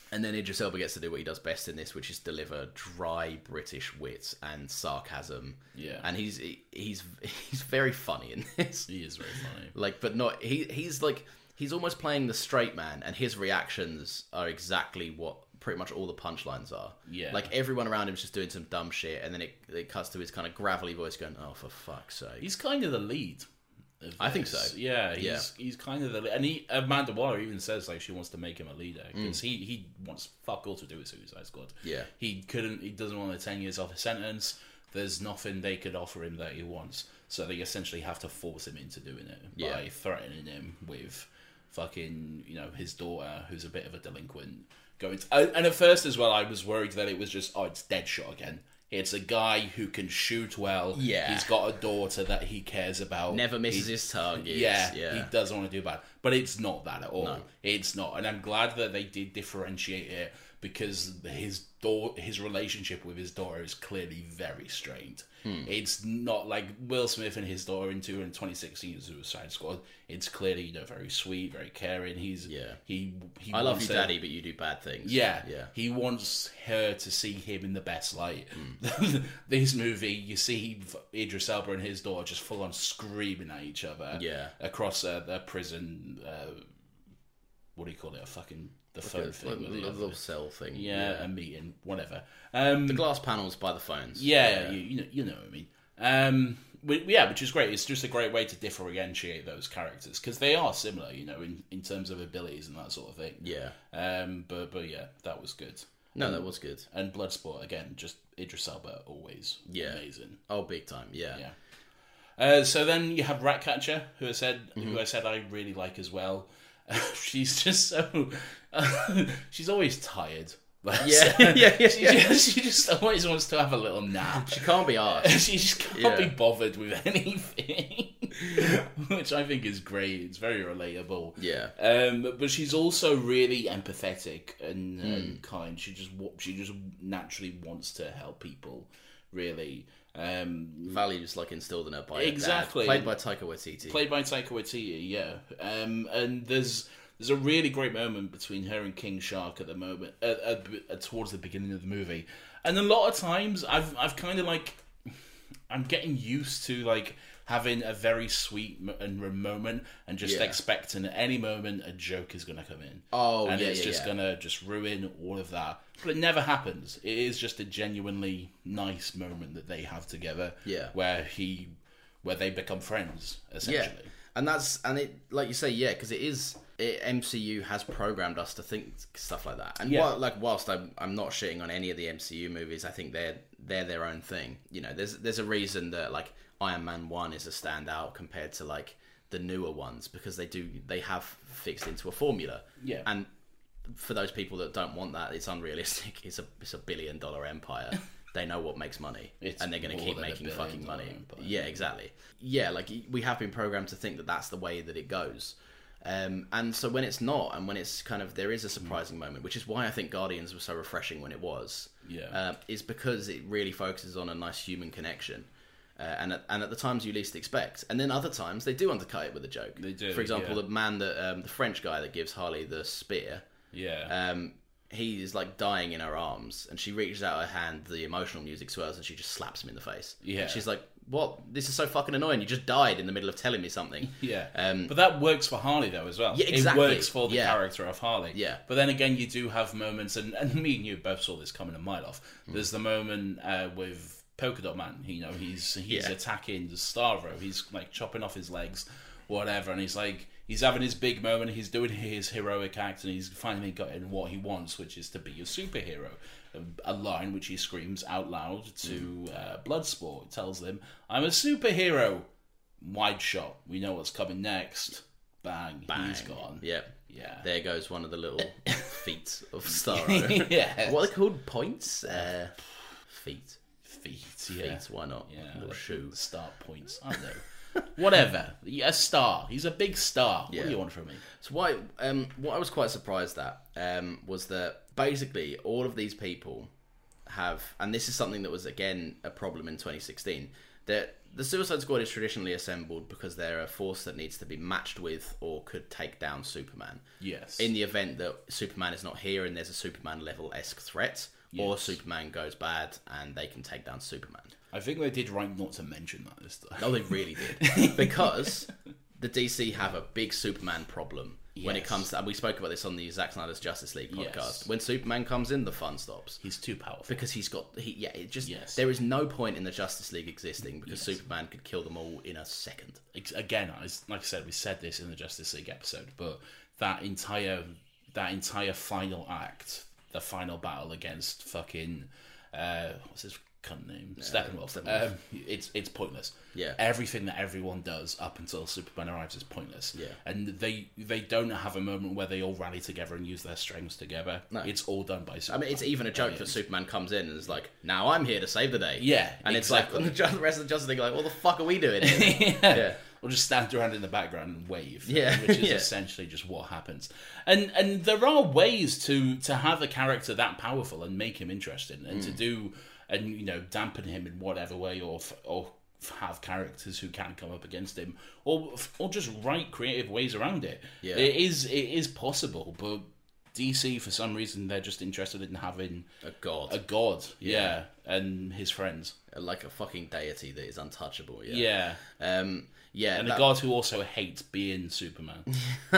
[SPEAKER 3] and then Idris Elba gets to do what he does best in this, which is deliver dry British wit and sarcasm.
[SPEAKER 2] Yeah.
[SPEAKER 3] and he's he- he's he's very funny in this.
[SPEAKER 2] He is very funny.
[SPEAKER 3] Like, but not he he's like he's almost playing the straight man, and his reactions are exactly what pretty much all the punchlines are.
[SPEAKER 2] Yeah.
[SPEAKER 3] like everyone around him is just doing some dumb shit, and then it it cuts to his kind of gravelly voice going, "Oh, for fuck's sake."
[SPEAKER 2] He's kind of the lead. of
[SPEAKER 3] I think
[SPEAKER 2] this.
[SPEAKER 3] so.
[SPEAKER 2] Yeah, he's he's kind of the lead. and he Amanda Waller even says like she wants to make him a leader because he he wants fuck all to do with Suicide Squad.
[SPEAKER 3] Mm. Yeah.
[SPEAKER 2] he couldn't. He doesn't want the ten years off his sentence. There's nothing they could offer him that he wants, so they essentially have to force him into doing it by
[SPEAKER 3] Yeah.
[SPEAKER 2] threatening him with fucking you know his daughter who's a bit of a delinquent going to, and and at first as well I was worried that it was just oh it's Deadshot again. It's a guy who can shoot well.
[SPEAKER 3] Yeah.
[SPEAKER 2] he's got a daughter that he cares about.
[SPEAKER 3] Never misses
[SPEAKER 2] He-
[SPEAKER 3] his target.
[SPEAKER 2] Oh, Yeah,
[SPEAKER 3] yeah.
[SPEAKER 2] he doesn't want to do bad, but it's not that at all. It's not, and I'm glad that they did differentiate it because his door, his relationship with his daughter is clearly very strained.
[SPEAKER 3] Hmm.
[SPEAKER 2] It's not like Will Smith and his daughter in two in 2016 Suicide Squad. It's clearly you know very sweet, very caring. He's
[SPEAKER 3] Yeah.
[SPEAKER 2] He he.
[SPEAKER 3] I love
[SPEAKER 2] wants
[SPEAKER 3] you,
[SPEAKER 2] her-
[SPEAKER 3] Daddy, but you do bad things.
[SPEAKER 2] yeah,
[SPEAKER 3] yeah.
[SPEAKER 2] He wants her to see him in the best light.
[SPEAKER 3] Mm.
[SPEAKER 2] this movie, you see Idris Elba and his daughter just full on screaming at each other.
[SPEAKER 3] Yeah.
[SPEAKER 2] across uh, their prison. Uh, what do you call it? A fucking the phone thing.
[SPEAKER 3] Like,
[SPEAKER 2] with the
[SPEAKER 3] little,
[SPEAKER 2] other-
[SPEAKER 3] little cell thing.
[SPEAKER 2] yeah, a meeting, whatever. Um,
[SPEAKER 3] The glass panels by the phones.
[SPEAKER 2] yeah, You, you know, you know what I mean. Um, we, yeah, which is great. It's just a great way to differentiate those characters because they are similar, you know, in, in terms of abilities and that sort of thing.
[SPEAKER 3] Yeah.
[SPEAKER 2] Um, but but yeah, that was good.
[SPEAKER 3] No, that was good.
[SPEAKER 2] And Bloodsport again, just Idris Elba always
[SPEAKER 3] Yeah.
[SPEAKER 2] amazing.
[SPEAKER 3] Oh, big time. Yeah.
[SPEAKER 2] Yeah. Uh, so then you have Ratcatcher, who I said
[SPEAKER 3] Mm-hmm.
[SPEAKER 2] who I said I really like as well. she's just so she's always tired.
[SPEAKER 3] Yeah, yeah, yeah,
[SPEAKER 2] she,
[SPEAKER 3] yeah.
[SPEAKER 2] Just, she just always wants to have a little nap.
[SPEAKER 3] She can't be arsed.
[SPEAKER 2] she just can't
[SPEAKER 3] Yeah.
[SPEAKER 2] be bothered with anything, which I think is great. It's very relatable.
[SPEAKER 3] Yeah.
[SPEAKER 2] Um, but she's also really empathetic and,
[SPEAKER 3] Hmm.
[SPEAKER 2] and kind. She just wa- she just naturally wants to help people. Really, um,
[SPEAKER 3] Values like instilled in her by her dad,
[SPEAKER 2] Exactly.
[SPEAKER 3] played by Taika Waititi.
[SPEAKER 2] played by Taika Waititi, yeah. Um, and there's there's a really great moment between her and King Shark at the moment, uh, uh, b- uh, towards the beginning of the movie. And a lot of times, I've I've kind of like, I'm getting used to like having a very sweet m- and r- moment, and just
[SPEAKER 3] Yeah.
[SPEAKER 2] expecting at any moment a joke is gonna come in.
[SPEAKER 3] Oh,
[SPEAKER 2] and
[SPEAKER 3] yeah,
[SPEAKER 2] it's
[SPEAKER 3] yeah,
[SPEAKER 2] just
[SPEAKER 3] yeah.
[SPEAKER 2] gonna just ruin all of that. But it never happens. It is just a genuinely nice moment that they have together.
[SPEAKER 3] Yeah.
[SPEAKER 2] where he. Where they become friends,
[SPEAKER 3] yeah,
[SPEAKER 2] essentially.
[SPEAKER 3] and that's and it like you say, yeah, because it is. It, MCU has programmed us to think stuff like that, and
[SPEAKER 2] Yeah.
[SPEAKER 3] while, like whilst I'm I'm not shitting on any of the MCU movies, I think they're they're their own thing. You know, there's there's a reason that like Iron Man One is a standout compared to like the newer ones because they do they have fixed into a formula.
[SPEAKER 2] Yeah.
[SPEAKER 3] And for those people that don't want that, it's unrealistic. It's a it's a billion dollar empire. they know what makes money,
[SPEAKER 2] It's
[SPEAKER 3] and they're going to
[SPEAKER 2] more
[SPEAKER 3] keep
[SPEAKER 2] than a
[SPEAKER 3] making
[SPEAKER 2] billion
[SPEAKER 3] fucking
[SPEAKER 2] dollar
[SPEAKER 3] money.
[SPEAKER 2] empire.
[SPEAKER 3] Yeah, exactly. Yeah, like we have been programmed to think that that's the way that it goes. Um, and so when it's not, and when it's kind of there
[SPEAKER 2] Mm.
[SPEAKER 3] is a surprising moment, which is why I think Guardians was so refreshing when it was.
[SPEAKER 2] Yeah.
[SPEAKER 3] uh, is because it really focuses on a nice human connection, uh, and at, and at the times you least expect, and then other times they do undercut it with a joke.
[SPEAKER 2] They do,
[SPEAKER 3] For example,
[SPEAKER 2] yeah.
[SPEAKER 3] the man that um, the French guy that gives Harley the spear,
[SPEAKER 2] Yeah.
[SPEAKER 3] um, he is like dying in her arms, and she reaches out her hand. The emotional music swells, and she just slaps him in the face.
[SPEAKER 2] Yeah.
[SPEAKER 3] and she's like, "What? This is so fucking annoying. You just died in the middle of telling me something."
[SPEAKER 2] yeah.
[SPEAKER 3] um,
[SPEAKER 2] but that works for Harley though as well.
[SPEAKER 3] Yeah, exactly.
[SPEAKER 2] It works for the
[SPEAKER 3] Yeah.
[SPEAKER 2] character of Harley.
[SPEAKER 3] Yeah.
[SPEAKER 2] But then again, you do have moments, and, and me and you both saw this coming a mile off.
[SPEAKER 3] Hmm.
[SPEAKER 2] There's the moment uh, with Polka Dot Man. You know, he's he's
[SPEAKER 3] Yeah.
[SPEAKER 2] attacking Starro. He's like chopping off his legs, whatever, and he's like. He's having his big moment. He's doing his heroic act, and he's finally gotten what he wants, which is to be a superhero. A- A line which he screams out loud to
[SPEAKER 3] Hmm.
[SPEAKER 2] uh, Bloodsport. He tells them, "I'm a superhero." Wide shot. We know what's coming next. Bang. He's gone.
[SPEAKER 3] Yeah,
[SPEAKER 2] Yeah.
[SPEAKER 3] There goes one of the little feet of Starro.
[SPEAKER 2] yeah.
[SPEAKER 3] What are they called? Points? Uh, feet.
[SPEAKER 2] Feet.
[SPEAKER 3] Feet.
[SPEAKER 2] Yeah.
[SPEAKER 3] Why not?
[SPEAKER 2] Yeah.
[SPEAKER 3] Little
[SPEAKER 2] like
[SPEAKER 3] shoe.
[SPEAKER 2] Start points. I don't know. Whatever. A star. He's a big star. What
[SPEAKER 3] Yeah.
[SPEAKER 2] do you want from me?
[SPEAKER 3] So why? Um, what I was quite surprised at um, was that basically all of these people have, and this is something that was again a problem in 2016. That the Suicide Squad is traditionally assembled because they're a force that needs to be matched with or could take down Superman.
[SPEAKER 2] Yes.
[SPEAKER 3] In the event that Superman is not here and there's a Superman level esque threat, or Superman goes bad and they can take down Superman.
[SPEAKER 2] I think they did right not to mention that this time.
[SPEAKER 3] No, Oh, they really did. because the DC have a big Superman problem when it
[SPEAKER 2] Yes.
[SPEAKER 3] comes to, and we spoke about this on the Zack Snyder's Justice League podcast.
[SPEAKER 2] Yes.
[SPEAKER 3] When Superman comes in, the fun stops.
[SPEAKER 2] He's too powerful.
[SPEAKER 3] Because he's got, he, yeah, it just,
[SPEAKER 2] Yes.
[SPEAKER 3] there is no point in the Justice League existing because Superman could kill them all in a second.
[SPEAKER 2] Ex- Again, I s- like I said, we said this in the Justice League episode, but that entire that entire final act, the final battle against fucking uh, what's his cunt name,
[SPEAKER 3] Uh,
[SPEAKER 2] Steppenwolf. Um, it's it's pointless.
[SPEAKER 3] Yeah.
[SPEAKER 2] everything that everyone does up until Superman arrives is pointless.
[SPEAKER 3] Yeah.
[SPEAKER 2] and they they don't have a moment where they all rally together and use their strengths together.
[SPEAKER 3] No.
[SPEAKER 2] It's all done by
[SPEAKER 3] I
[SPEAKER 2] Superman.
[SPEAKER 3] mean, it's even a joke that Superman comes in and is like, now I'm here to save the day.
[SPEAKER 2] Yeah,
[SPEAKER 3] And
[SPEAKER 2] exactly.
[SPEAKER 3] it's like, the rest of the Justice League are like, what the fuck are we doing here? yeah.
[SPEAKER 2] or just stand around in the background and wave.
[SPEAKER 3] Yeah,
[SPEAKER 2] which is
[SPEAKER 3] yeah.
[SPEAKER 2] essentially just what happens. And and there are ways to to have a character that powerful and make him interesting, and
[SPEAKER 3] Mm.
[SPEAKER 2] to do and you know dampen him in whatever way, or f- or f- have characters who can come up against him, or f- or just write creative ways around it.
[SPEAKER 3] Yeah.
[SPEAKER 2] it is it is possible, but. DC for some reason they're just interested in having
[SPEAKER 3] A god.
[SPEAKER 2] a god, yeah, and his friends,
[SPEAKER 3] like a fucking deity that is untouchable. Yeah.
[SPEAKER 2] yeah,
[SPEAKER 3] Um, yeah.
[SPEAKER 2] and
[SPEAKER 3] that-
[SPEAKER 2] a god who also hates being Superman. He feels-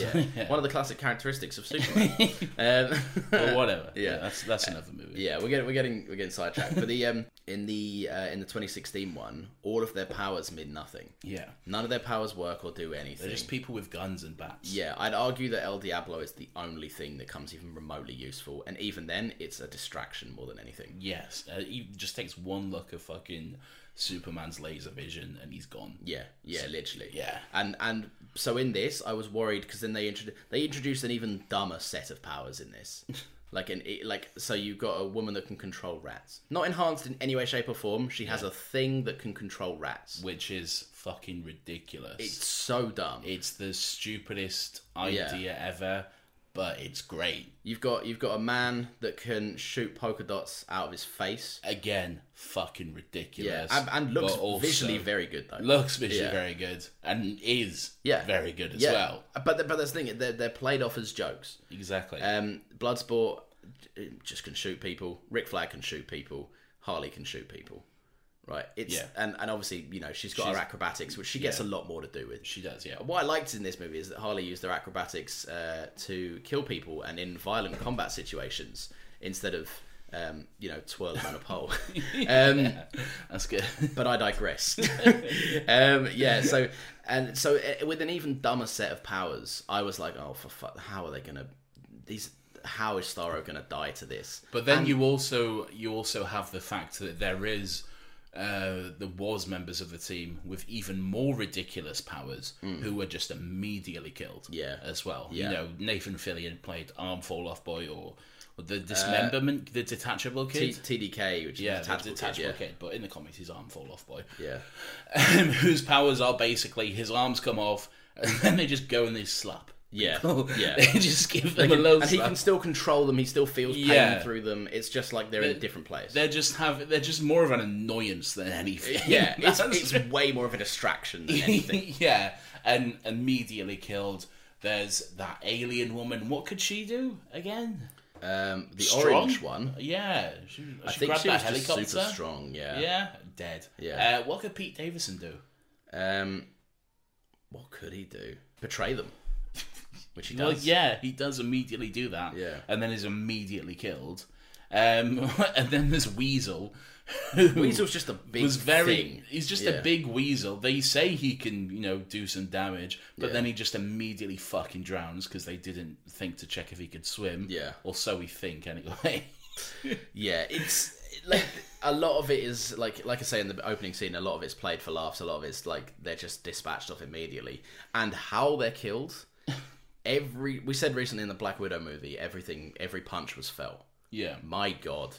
[SPEAKER 2] yeah.
[SPEAKER 3] Ah, One of the classic characteristics of Superman. um,
[SPEAKER 2] But whatever.
[SPEAKER 3] Yeah.
[SPEAKER 2] Yeah, that's that's another movie.
[SPEAKER 3] yeah, we're getting we're getting we're getting sidetracked. But the um, in the uh, in the 2016 one, all of their powers mean nothing.
[SPEAKER 2] yeah.
[SPEAKER 3] None of their powers work or do anything.
[SPEAKER 2] They're just people with guns and bats.
[SPEAKER 3] yeah, I'd argue that El Diablo is the only thing that comes even remotely useful, and even then, it's a distraction more than anything.
[SPEAKER 2] Yes. Uh, he just takes one look of fucking Superman's laser vision and he's gone.
[SPEAKER 3] Yeah, yeah, literally.
[SPEAKER 2] Yeah.
[SPEAKER 3] and and so in this, I was worried because then they introduced they introduced an even dumber set of powers in this, like an like so you've got a woman that can control rats, not enhanced in any way, shape, or form. She has a thing that can control rats.
[SPEAKER 2] Which is fucking ridiculous.
[SPEAKER 3] It's so dumb.
[SPEAKER 2] it's the stupidest idea ever, but it's great.
[SPEAKER 3] You've got you've got a man that can shoot polka dots out of his face.
[SPEAKER 2] Again, fucking
[SPEAKER 3] Yeah,
[SPEAKER 2] ridiculous.
[SPEAKER 3] and, and looks
[SPEAKER 2] but also-
[SPEAKER 3] visually very good though.
[SPEAKER 2] looks visually
[SPEAKER 3] Yeah.
[SPEAKER 2] very good and is
[SPEAKER 3] yeah,
[SPEAKER 2] very good as
[SPEAKER 3] Yeah.
[SPEAKER 2] well.
[SPEAKER 3] But the, but that's the thing, they're, they're played off as jokes.
[SPEAKER 2] Exactly.
[SPEAKER 3] Um, Bloodsport uh, just can shoot people. Rick Flag can shoot people. Harley can shoot people. Right. It's
[SPEAKER 2] Yeah.
[SPEAKER 3] and, and obviously, you know, she's got her acrobatics, which she gets a lot more to do with.
[SPEAKER 2] she does, yeah.
[SPEAKER 3] What I liked in this movie is that Harley used her acrobatics uh, to kill people and in violent combat situations instead of um, you know, twirling on a pole. um,
[SPEAKER 2] That's good.
[SPEAKER 3] but I digress. um, yeah, so and so uh, with an even dumber set of powers, I was like, oh, for fuck, how are they gonna these? How is Starro gonna die to this?
[SPEAKER 2] But then you also you also have the fact that there is uh, the Wars members of the team with even more ridiculous powers who were just immediately killed.
[SPEAKER 3] Mm. Yeah.
[SPEAKER 2] as well.
[SPEAKER 3] Yeah.
[SPEAKER 2] You know, Nathan Fillion played Arm Fall Off Boy or or the Dismemberment, the Detachable
[SPEAKER 3] Uh, T-
[SPEAKER 2] Kid.
[SPEAKER 3] TDK, which
[SPEAKER 2] yeah,
[SPEAKER 3] is
[SPEAKER 2] the
[SPEAKER 3] detachable,
[SPEAKER 2] detachable
[SPEAKER 3] kid,
[SPEAKER 2] kid, but in the comics, his arm fall off boy.
[SPEAKER 3] yeah. yeah.
[SPEAKER 2] um, whose powers are basically his arms come off and then they just go and they slap.
[SPEAKER 3] Yeah,
[SPEAKER 2] people.
[SPEAKER 3] yeah.
[SPEAKER 2] they just give them
[SPEAKER 3] Like,
[SPEAKER 2] a little
[SPEAKER 3] and he
[SPEAKER 2] slap.
[SPEAKER 3] can still control them. He still feels pain
[SPEAKER 2] Yeah.
[SPEAKER 3] through them. It's just like they're in a different Uh, place.
[SPEAKER 2] They're just have they're just more of an annoyance than anything.
[SPEAKER 3] yeah, it's,
[SPEAKER 2] That's-
[SPEAKER 3] it's way more of a distraction than anything.
[SPEAKER 2] yeah, and immediately killed. There's that alien woman. What could she do again?
[SPEAKER 3] Um, the
[SPEAKER 2] Strong?
[SPEAKER 3] orange one,
[SPEAKER 2] Yeah, she, she
[SPEAKER 3] I think
[SPEAKER 2] grabbed
[SPEAKER 3] she was
[SPEAKER 2] that
[SPEAKER 3] just
[SPEAKER 2] helicopter.
[SPEAKER 3] super strong. Yeah.
[SPEAKER 2] Yeah, dead.
[SPEAKER 3] Yeah.
[SPEAKER 2] Uh, what could Pete Davidson do?
[SPEAKER 3] Um, what could he do? Betray them, which he does.
[SPEAKER 2] Well, yeah, he does immediately do that.
[SPEAKER 3] Yeah.
[SPEAKER 2] and then is immediately killed. Um, and then there's Weasel. who
[SPEAKER 3] Weasel's just a big
[SPEAKER 2] was very.
[SPEAKER 3] thing.
[SPEAKER 2] He's just
[SPEAKER 3] Yeah.
[SPEAKER 2] a big weasel. They say he can, you know, do some damage, but then he just immediately fucking drowns because they didn't think to check if he could swim.
[SPEAKER 3] Yeah.
[SPEAKER 2] or so we think anyway.
[SPEAKER 3] Yeah, it's like a lot of it is like like I say in the opening scene, a lot of it's played for laughs. A lot of it's like they're just dispatched off immediately, and how they're killed. Every we said recently in the Black Widow movie, everything every punch was felt.
[SPEAKER 2] yeah,
[SPEAKER 3] My God,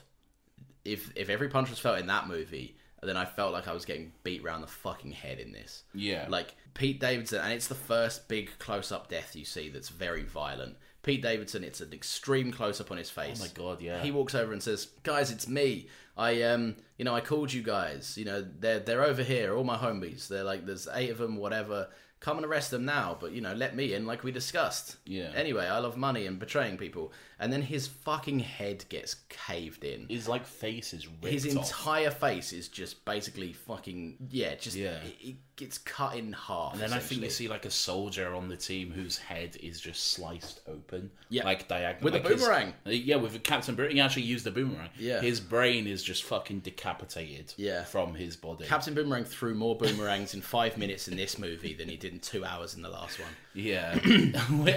[SPEAKER 3] if if every punch was felt in that movie, then I felt like I was getting beat round the fucking head in this.
[SPEAKER 2] Yeah.
[SPEAKER 3] like Pete Davidson, and it's the first big close up death you see that's very violent. Pete Davidson, it's an extreme close up on his face.
[SPEAKER 2] Oh my God, yeah.
[SPEAKER 3] He walks over and says, "Guys, it's me. I um, you know, I called you guys. You know, they're they're over here. All my homies. They're like, there's eight of them. Whatever. Come and arrest them now. But you know, let me in, like we discussed.
[SPEAKER 2] Yeah.
[SPEAKER 3] Anyway, I love money and betraying people. And then his fucking head gets caved in.
[SPEAKER 2] his like face is ripped
[SPEAKER 3] His
[SPEAKER 2] off.
[SPEAKER 3] entire face is just basically fucking yeah, just
[SPEAKER 2] Yeah.
[SPEAKER 3] It, it gets cut in half.
[SPEAKER 2] And then I think you see
[SPEAKER 3] essentially.
[SPEAKER 2] like a soldier on the team whose head is just sliced open,
[SPEAKER 3] Yeah.
[SPEAKER 2] like diagonal
[SPEAKER 3] With a
[SPEAKER 2] like his- Uh,
[SPEAKER 3] boomerang.
[SPEAKER 2] yeah, with Captain Britain, he actually used the boomerang.
[SPEAKER 3] Yeah.
[SPEAKER 2] his brain is just fucking decapitated.
[SPEAKER 3] Yeah.
[SPEAKER 2] from his body.
[SPEAKER 3] Captain Boomerang threw more boomerangs in five minutes in this movie than he did in two hours in the last one.
[SPEAKER 2] yeah,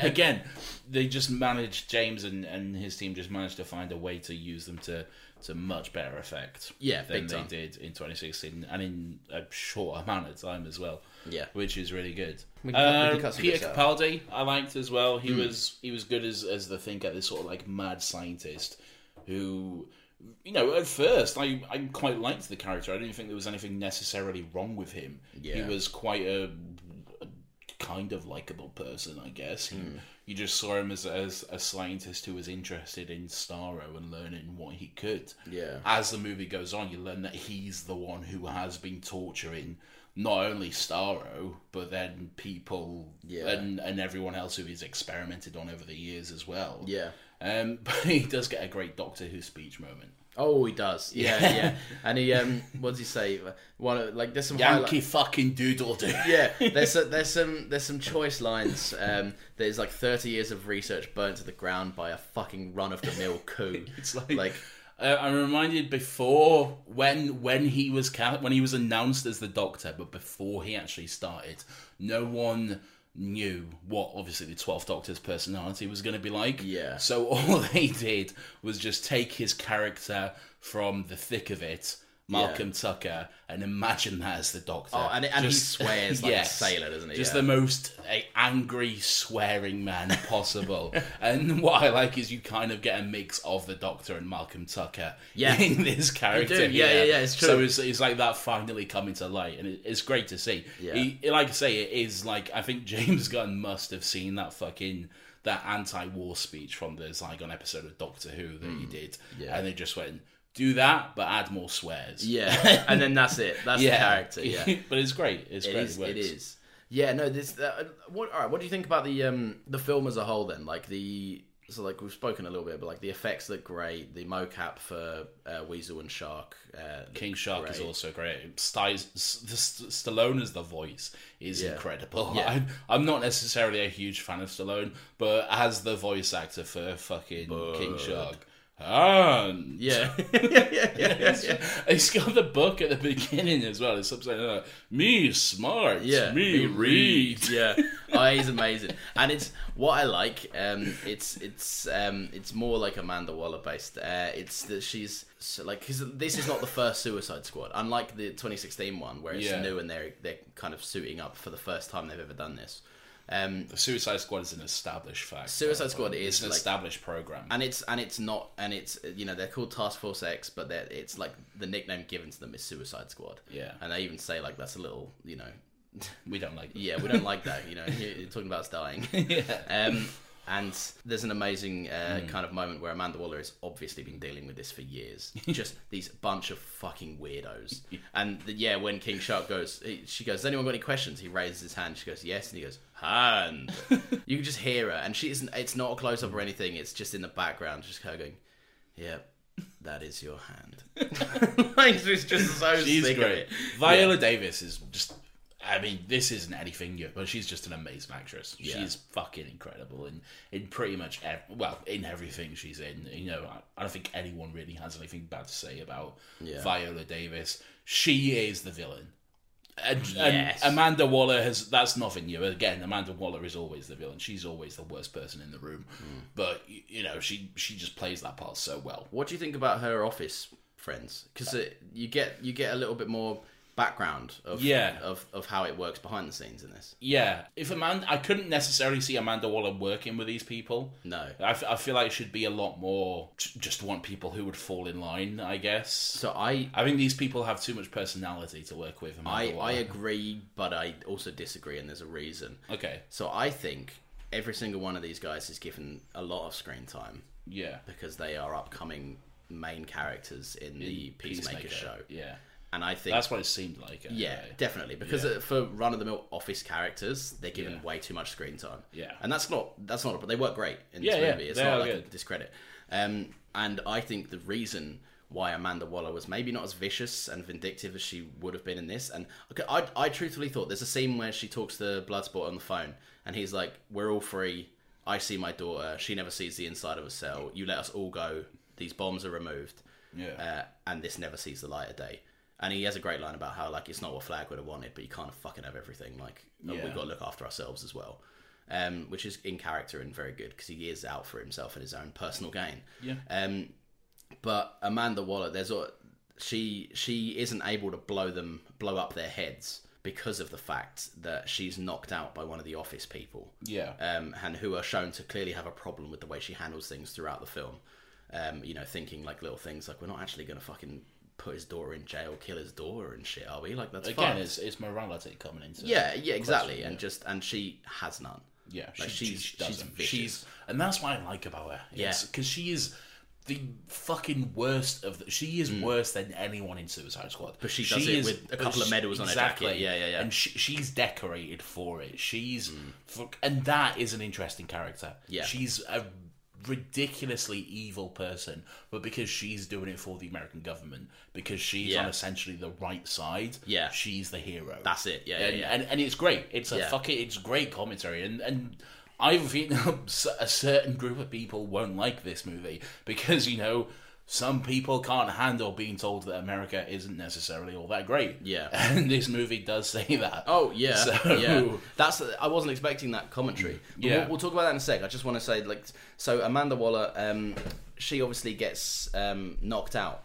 [SPEAKER 2] again, they just managed James and, and his team just managed to find a way to use them to to much better effect.
[SPEAKER 3] Yeah,
[SPEAKER 2] than
[SPEAKER 3] big
[SPEAKER 2] they
[SPEAKER 3] time.
[SPEAKER 2] did in 2016 and in a short amount of time as well.
[SPEAKER 3] Yeah.
[SPEAKER 2] which is really good.
[SPEAKER 3] We can cut-
[SPEAKER 2] Uh,
[SPEAKER 3] we can cut some
[SPEAKER 2] Peter
[SPEAKER 3] bits out.
[SPEAKER 2] Capaldi, I liked as well.
[SPEAKER 3] Hmm.
[SPEAKER 2] He was he was good as as the thinker, this sort of like mad scientist who. You know, at first, I, I quite liked the character. I didn't think there was anything necessarily wrong with him. He
[SPEAKER 3] Yeah.
[SPEAKER 2] was quite a, a kind of likable person, I guess. You-
[SPEAKER 3] Hmm.
[SPEAKER 2] You just saw him as, as a scientist who was interested in Starro and learning what he could.
[SPEAKER 3] Yeah.
[SPEAKER 2] As the movie goes on, you learn that he's the one who has been torturing not only Starro, but then people
[SPEAKER 3] Yeah.
[SPEAKER 2] and, and everyone else who he's experimented on over the years as well.
[SPEAKER 3] Yeah.
[SPEAKER 2] Um, but he does get a great Doctor Who speech moment.
[SPEAKER 3] Oh, he does. Yeah, yeah. And he, um, what does he say? One of, like, there's some highlight-
[SPEAKER 2] Yankee fucking doodle do.
[SPEAKER 3] yeah, there's a, there's some there's some choice lines. Um, there's like 30 years of research burnt to the ground by a fucking run of the mill coup.
[SPEAKER 2] It's like, uh, I'm reminded before when when he was ca- when he was announced as the Doctor, but before he actually started, no one knew what obviously the 12th Doctor's personality was going to be like.
[SPEAKER 3] Yeah.
[SPEAKER 2] So all they did was just take his character from the thick of it. Malcolm Tucker and imagine that as the doctor.
[SPEAKER 3] Oh, and- and he swears like a sailor, doesn't he?
[SPEAKER 2] Just
[SPEAKER 3] Yeah.
[SPEAKER 2] the most a angry swearing man possible. and what I like is you kind of get a mix of the Doctor and Malcolm Tucker
[SPEAKER 3] Yeah.
[SPEAKER 2] in this character.
[SPEAKER 3] do, yeah,
[SPEAKER 2] here.
[SPEAKER 3] yeah, yeah, it's true.
[SPEAKER 2] So it's, it's like that finally coming to light, and it, it's great to see.
[SPEAKER 3] Yeah.
[SPEAKER 2] He- like I say, it is like I think James Gunn must have seen that fucking that anti-war speech from the Zygon episode of Doctor Who that he
[SPEAKER 3] Mm.
[SPEAKER 2] did, and they just went do that, but add more swears.
[SPEAKER 3] yeah, and then that's it. That's the character. Yeah,
[SPEAKER 2] but it's great. It's
[SPEAKER 3] it
[SPEAKER 2] great.
[SPEAKER 3] is.
[SPEAKER 2] works.
[SPEAKER 3] It is. Yeah, no. This. Uh, what? All right. What do you think about the um the film as a whole? Then, like the so like we've spoken a little bit, but like the effects look great. The mocap for uh, Weasel and Shark. Uh,
[SPEAKER 2] King Shark is
[SPEAKER 3] Great.
[SPEAKER 2] also great. Styles, the St- Stallone as the voice is
[SPEAKER 3] Yeah.
[SPEAKER 2] incredible.
[SPEAKER 3] Yeah.
[SPEAKER 2] I'm, I'm not necessarily a huge fan of Stallone, but as the voice actor for fucking King Shark, and
[SPEAKER 3] yeah. yeah, yeah, yeah, yeah.
[SPEAKER 2] he's got the book at the beginning as well. It's something like, "Me smart,
[SPEAKER 3] Yeah,
[SPEAKER 2] me read."
[SPEAKER 3] Yeah, oh, he's amazing, and it's what I like. Um, it's it's um, it's more like Amanda Waller based. Uh, it's that she's so like because this is not the first Suicide Squad, unlike the 2016 one where it's
[SPEAKER 2] Yeah.
[SPEAKER 3] new and they're they're kind of suiting up for the first time they've ever done this. Um,
[SPEAKER 2] The Suicide Squad is an established fact.
[SPEAKER 3] Suicide Squad
[SPEAKER 2] it's
[SPEAKER 3] is
[SPEAKER 2] an
[SPEAKER 3] like-
[SPEAKER 2] established program.
[SPEAKER 3] and it's and it's not and it's you know they're called Task Force X, but they're, it's like the nickname given to them is Suicide Squad.
[SPEAKER 2] Yeah.
[SPEAKER 3] and they even say like that's a little you know
[SPEAKER 2] we don't like.
[SPEAKER 3] yeah, we don't like that. You know, you're, you're talking about us dying. Um, and there's an amazing
[SPEAKER 2] Hmm.
[SPEAKER 3] uh, kind of moment where Amanda Waller has obviously been dealing with this for years. Just these bunch of fucking weirdos. And the, yeah, when King Shark goes, he- she goes, "Has anyone got any questions?" He raises his hand. She goes, "Yes," and he goes, "Hand." you can just hear her, and she isn't. It's not a close up or anything. It's just in the background, just kind of going, "Yeah." That is your hand. like it's just so
[SPEAKER 2] She's
[SPEAKER 3] sick of
[SPEAKER 2] great.
[SPEAKER 3] it.
[SPEAKER 2] Viola Davis is just. I mean, this isn't anything new, but she's just an amazing actress. She's fucking incredible in in pretty much ev- well in everything she's in. You know, I, I don't think anyone really has anything bad to say about Viola Davis. She is the villain. And,
[SPEAKER 3] Yes.
[SPEAKER 2] and Amanda Waller has that's nothing new. Again, Amanda Waller is always the villain. She's always the worst person in the room. But y- you know, she she just plays that part so well.
[SPEAKER 3] What do you think about her office friends? Because you get you get a little bit more background of
[SPEAKER 2] Yeah.
[SPEAKER 3] of, of how it works behind the scenes in this.
[SPEAKER 2] Yeah, if Amanda, I couldn't necessarily see Amanda Waller working with these people.
[SPEAKER 3] No.
[SPEAKER 2] I, f- I feel like it should be a lot more. j- Just want people who would fall in line, I guess.
[SPEAKER 3] So I
[SPEAKER 2] I think these people have too much personality to work with. Amanda
[SPEAKER 3] I, I
[SPEAKER 2] Waller.
[SPEAKER 3] agree, but I also disagree, and there's a reason.
[SPEAKER 2] Okay,
[SPEAKER 3] So I think every single one of these guys is given a lot of screen time
[SPEAKER 2] yeah,
[SPEAKER 3] because they are upcoming main characters in the Peacemaker, show,
[SPEAKER 2] Yeah,
[SPEAKER 3] and I think
[SPEAKER 2] that's what it seemed like. Anyway.
[SPEAKER 3] Yeah, definitely. Because uh for run of the mill office characters, they're given way too much screen time.
[SPEAKER 2] Yeah.
[SPEAKER 3] and that's not that's not. But they work great in
[SPEAKER 2] Yeah, yeah,
[SPEAKER 3] this movie. It's
[SPEAKER 2] they
[SPEAKER 3] not
[SPEAKER 2] are
[SPEAKER 3] like a
[SPEAKER 2] good.
[SPEAKER 3] discredit. Um, and I think the reason why Amanda Waller was maybe not as vicious and vindictive as she would have been in this, and okay, I I truthfully thought there's a scene where she talks to Bloodsport on the phone, and he's like, "We're all free. I see my daughter. She never sees the inside of a cell. You let us all go. These bombs are removed."
[SPEAKER 2] yeah,
[SPEAKER 3] uh, and this never sees the light of day. And he has a great line about how like it's not what Flag would have wanted, but you can't fucking have everything. Like
[SPEAKER 2] Yeah.
[SPEAKER 3] we've got to look after ourselves as well, um, which is in character and very good because he is out for himself and his own personal gain.
[SPEAKER 2] Yeah.
[SPEAKER 3] Um, but Amanda Waller, there's a she she isn't able to blow them blow up their heads because of the fact that she's knocked out by one of the office people
[SPEAKER 2] yeah.
[SPEAKER 3] um, and who are shown to clearly have a problem with the way she handles things throughout the film. Um, you know, thinking like little things like we're not actually going to fucking put his daughter in jail, kill his daughter and shit, are we? Like that's
[SPEAKER 2] Again,
[SPEAKER 3] fucked.
[SPEAKER 2] it's, it's morality coming into.
[SPEAKER 3] yeah, yeah, exactly.
[SPEAKER 2] question,
[SPEAKER 3] and just and she has none.
[SPEAKER 2] Yeah,
[SPEAKER 3] like
[SPEAKER 2] she,
[SPEAKER 3] she's
[SPEAKER 2] she
[SPEAKER 3] she's
[SPEAKER 2] doesn't.
[SPEAKER 3] vicious.
[SPEAKER 2] and that's what I like about her.
[SPEAKER 3] Yeah.
[SPEAKER 2] because she is the fucking worst of. The, she is worse than anyone in Suicide Squad.
[SPEAKER 3] Mm. But she does it with a
[SPEAKER 2] but
[SPEAKER 3] couple of
[SPEAKER 2] she-
[SPEAKER 3] medals on her jacket. Yeah, yeah, yeah.
[SPEAKER 2] And she, she's decorated for it. She's fuck, and that is an interesting character.
[SPEAKER 3] Yeah.
[SPEAKER 2] she's a ridiculously evil person, but because she's doing it for the American government, because she's
[SPEAKER 3] Yeah.
[SPEAKER 2] on essentially the right side.
[SPEAKER 3] Yeah.
[SPEAKER 2] she's the hero.
[SPEAKER 3] That's it. Yeah, yeah,
[SPEAKER 2] and,
[SPEAKER 3] yeah.
[SPEAKER 2] and and it's great. It's a
[SPEAKER 3] Yeah.
[SPEAKER 2] fuck it. It's great commentary, and and I've seen a certain group of people won't like this movie because you know some people can't handle being told that America isn't necessarily all that great.
[SPEAKER 3] Yeah.
[SPEAKER 2] and this movie does say that.
[SPEAKER 3] Oh yeah,
[SPEAKER 2] So-
[SPEAKER 3] yeah. That's I wasn't expecting that commentary. But
[SPEAKER 2] Yeah.
[SPEAKER 3] we'll, we'll talk about that in a sec. I just want to say like so Amanda Waller, um, she obviously gets um, knocked out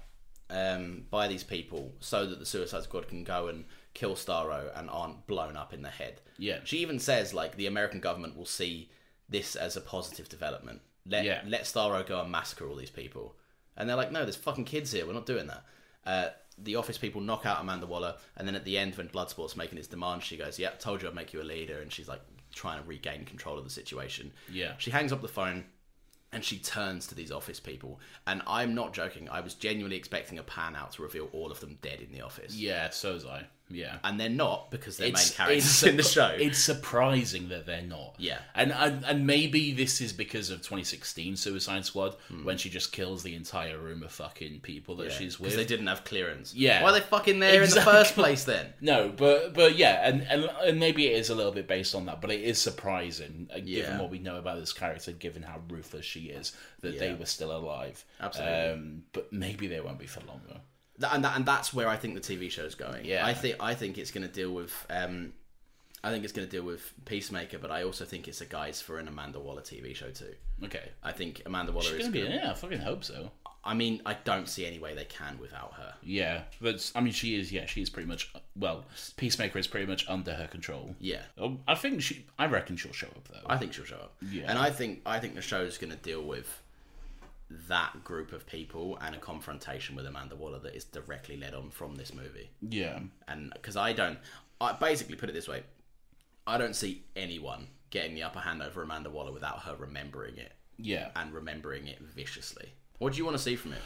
[SPEAKER 3] um, by these people so that the Suicide Squad can go and kill Starro and aren't blown up in the head.
[SPEAKER 2] Yeah.
[SPEAKER 3] She even says like the American government will see this as a positive development. Let
[SPEAKER 2] Yeah.
[SPEAKER 3] eh, let Starro go and massacre all these people. And they're like, no, there's fucking kids here. We're not doing that. Uh, the office people knock out Amanda Waller, and then at the end, when Bloodsport's making its demands, she goes, "Yep, told you I'd make you a leader." And she's like trying to regain control of the situation.
[SPEAKER 2] Yeah.
[SPEAKER 3] She hangs up the phone, and she turns to these office people, and I'm not joking. I was genuinely expecting a pan out to reveal all of them dead in the office.
[SPEAKER 2] yeah. So is I. Yeah.
[SPEAKER 3] And they're not because they're
[SPEAKER 2] It's-
[SPEAKER 3] main characters
[SPEAKER 2] it's-
[SPEAKER 3] in the show.
[SPEAKER 2] It's surprising that they're not.
[SPEAKER 3] Yeah.
[SPEAKER 2] and and, and maybe this is because of 2016 Suicide Squad
[SPEAKER 3] Hmm.
[SPEAKER 2] when she just kills the entire room of fucking people that she's with.
[SPEAKER 3] because they didn't have clearance.
[SPEAKER 2] Yeah.
[SPEAKER 3] Why are they fucking there in the
[SPEAKER 2] Exactly.
[SPEAKER 3] first place then?
[SPEAKER 2] No, but but yeah, and, and and maybe it is a little bit based on that, but it is surprising uh,
[SPEAKER 3] Yeah.
[SPEAKER 2] given what we know about this character, given how ruthless she is, that they
[SPEAKER 3] Yeah.
[SPEAKER 2] were still alive.
[SPEAKER 3] Absolutely.
[SPEAKER 2] um, but maybe they won't be for long though.
[SPEAKER 3] Th- and that, and that's where I think the TV show's going.
[SPEAKER 2] Yeah.
[SPEAKER 3] I think I think it's going to deal with um, I think it's going to deal with Peacemaker, but I also think it's a guise for an Amanda Waller TV show too.
[SPEAKER 2] Okay.
[SPEAKER 3] I think Amanda Waller
[SPEAKER 2] She's
[SPEAKER 3] is.
[SPEAKER 2] gonna be
[SPEAKER 3] gonna-
[SPEAKER 2] yeah, I fucking hope so.
[SPEAKER 3] I mean, I don't see any way they can without her.
[SPEAKER 2] Yeah, but I mean, she is. Yeah, she is pretty much. Well, Peacemaker is pretty much under her control.
[SPEAKER 3] Yeah,
[SPEAKER 2] Um, I think she. I reckon she'll show up though.
[SPEAKER 3] I think she'll show up.
[SPEAKER 2] Yeah.
[SPEAKER 3] and I think I think the show's going to deal with that group of people and a confrontation with Amanda Waller that is directly led on from this movie.
[SPEAKER 2] yeah.
[SPEAKER 3] and because I don't, I basically put it this way, I don't see anyone getting the upper hand over Amanda Waller without her remembering it
[SPEAKER 2] Yeah.
[SPEAKER 3] and remembering it viciously. What do you want to see from it?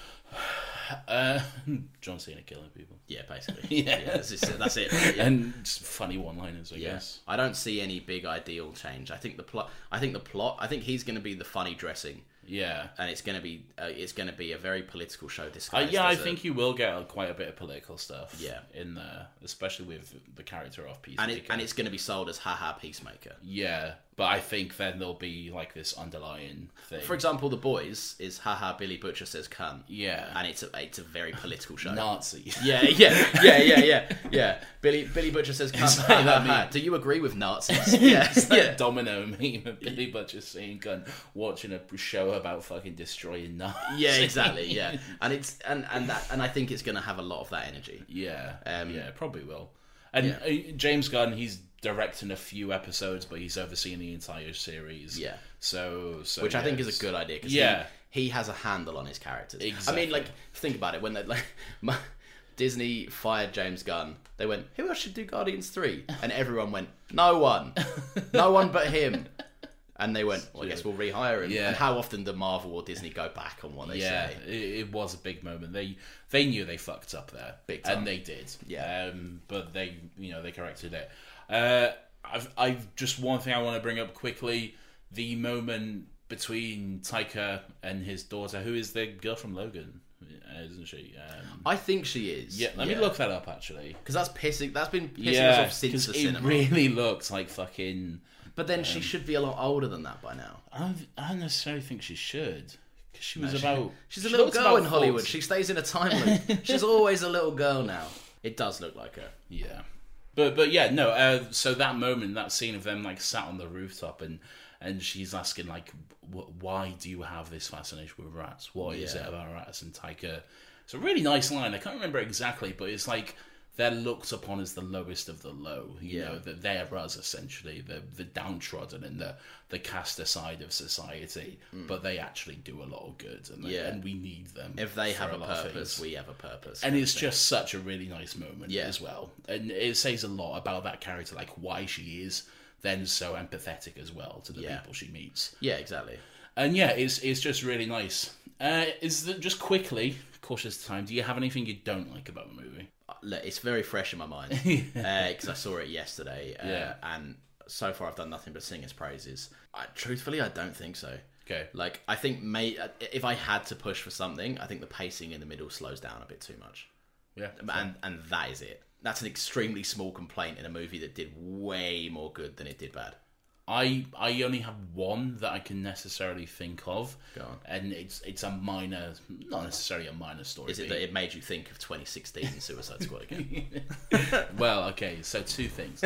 [SPEAKER 2] Uh, John Cena killing people.
[SPEAKER 3] Yeah, basically. yeah. that's, just, that's it. really, yeah.
[SPEAKER 2] And just funny one-liners, I
[SPEAKER 3] Yeah.
[SPEAKER 2] guess.
[SPEAKER 3] I don't see any big ideal change. I think the plot. I think the plot. I think he's going to be the funny dressing,
[SPEAKER 2] Yeah.
[SPEAKER 3] and it's going to be uh, it's going to be a very political show.
[SPEAKER 2] Uh,
[SPEAKER 3] Disguised.
[SPEAKER 2] yeah, I
[SPEAKER 3] as a-
[SPEAKER 2] think you will get uh, quite a bit of political stuff.
[SPEAKER 3] Yeah.
[SPEAKER 2] in there, especially with the character of Peacemaker.
[SPEAKER 3] and it, and it's going to be sold as haha peacemaker.
[SPEAKER 2] yeah, but I think then there'll be like this underlying thing.
[SPEAKER 3] For example, The Boys is haha Billy Butcher says cunt.
[SPEAKER 2] Yeah.
[SPEAKER 3] and it's a it's a very political show.
[SPEAKER 2] Nazi.
[SPEAKER 3] Yeah, yeah, yeah, yeah, yeah, yeah. Billy Billy Butcher says, "Cunt."
[SPEAKER 2] like that
[SPEAKER 3] Ha, ha, ha.
[SPEAKER 2] meme.
[SPEAKER 3] "Do you agree with Nazis?" yeah, yeah.
[SPEAKER 2] domino meme of Billy Butcher seeing gun watching a show about fucking destroying Nazis.
[SPEAKER 3] yeah, exactly. Yeah, and it's and and that and I think it's going to have a lot of that energy.
[SPEAKER 2] Yeah,
[SPEAKER 3] um,
[SPEAKER 2] yeah, it probably will. And uh, James Gunn, he's directing a few episodes, but he's overseeing the entire series.
[SPEAKER 3] Yeah.
[SPEAKER 2] so, so
[SPEAKER 3] which I
[SPEAKER 2] yeah,
[SPEAKER 3] think is
[SPEAKER 2] it's-
[SPEAKER 3] a good idea. Cause
[SPEAKER 2] Yeah.
[SPEAKER 3] he, he has a handle on his characters. I
[SPEAKER 2] Exactly.
[SPEAKER 3] mean, like think about it. When they like my, Disney fired James Gunn, they went, "Who else should do Guardians 3? And everyone went, "No one, no one but him." And they went, well, I guess we'll rehire him.
[SPEAKER 2] Yeah.
[SPEAKER 3] And how often do Marvel or Disney go back on what they
[SPEAKER 2] Yeah,
[SPEAKER 3] say?
[SPEAKER 2] it, it was a big moment. They they knew they fucked up there,
[SPEAKER 3] Big time.
[SPEAKER 2] and they did.
[SPEAKER 3] Yeah.
[SPEAKER 2] um, but they you know they corrected it. Uh, I've I've just one thing I want to bring up quickly: the moment between Taika and his daughter, who is the girl from Logan, isn't she? Um,
[SPEAKER 3] I think she is.
[SPEAKER 2] yeah, let me look that up actually.
[SPEAKER 3] Because that's pissing. That's been pissing us
[SPEAKER 2] Yeah,
[SPEAKER 3] off since
[SPEAKER 2] because
[SPEAKER 3] the
[SPEAKER 2] it
[SPEAKER 3] cinema.
[SPEAKER 2] really looks like fucking.
[SPEAKER 3] But then she should be a lot older than that by now.
[SPEAKER 2] I don't, I don't necessarily think she should. 'cause she was
[SPEAKER 3] She-
[SPEAKER 2] about.
[SPEAKER 3] she's a
[SPEAKER 2] she
[SPEAKER 3] little
[SPEAKER 2] looked
[SPEAKER 3] girl
[SPEAKER 2] about
[SPEAKER 3] in Hollywood.
[SPEAKER 2] 40.
[SPEAKER 3] She stays in a time loop. she's always a little girl now. It does look like her.
[SPEAKER 2] Yeah, but but yeah, no. Uh, so that moment, that scene of them like sat on the rooftop and and she's asking like, w- why do you have this fascination with rats? What is it about rats? And Taika, it's a really nice line. I can't remember exactly, but it's like they're looked upon as the lowest of the low. You know that they're us essentially, the the downtrodden and the the cast aside of society, but they actually do a lot of good, and they-
[SPEAKER 3] Mm. Yeah.
[SPEAKER 2] and we need them
[SPEAKER 3] If they
[SPEAKER 2] for
[SPEAKER 3] have a
[SPEAKER 2] lot of
[SPEAKER 3] purpose,
[SPEAKER 2] things
[SPEAKER 3] we have a purpose.
[SPEAKER 2] and it's just such a really nice moment
[SPEAKER 3] Yeah.
[SPEAKER 2] as well and it says a lot about that character like why she is then so empathetic as well to the
[SPEAKER 3] Yeah.
[SPEAKER 2] people she meets
[SPEAKER 3] yeah, exactly.
[SPEAKER 2] and yeah it's it's just really nice uh is that just quickly cautious time do you have anything you don't like about the movie
[SPEAKER 3] Uh, Look, it's very fresh in my mind because I saw it yesterday. Uh,
[SPEAKER 2] Yeah.
[SPEAKER 3] and so far I've done nothing but sing its praises. I, truthfully, I don't think so.
[SPEAKER 2] okay
[SPEAKER 3] Like, I think may uh, if I had to push for something, I think the pacing in the middle slows down a bit too much.
[SPEAKER 2] yeah
[SPEAKER 3] and and that is it. That's an extremely small complaint in a movie that did way more good than it did bad.
[SPEAKER 2] i i only have one that i can necessarily think of
[SPEAKER 3] Go on.
[SPEAKER 2] and it's it's a minor not necessarily a minor story
[SPEAKER 3] Is it
[SPEAKER 2] but
[SPEAKER 3] that it made you think of 2016 and Suicide Squad again?
[SPEAKER 2] Well, okay, so two things.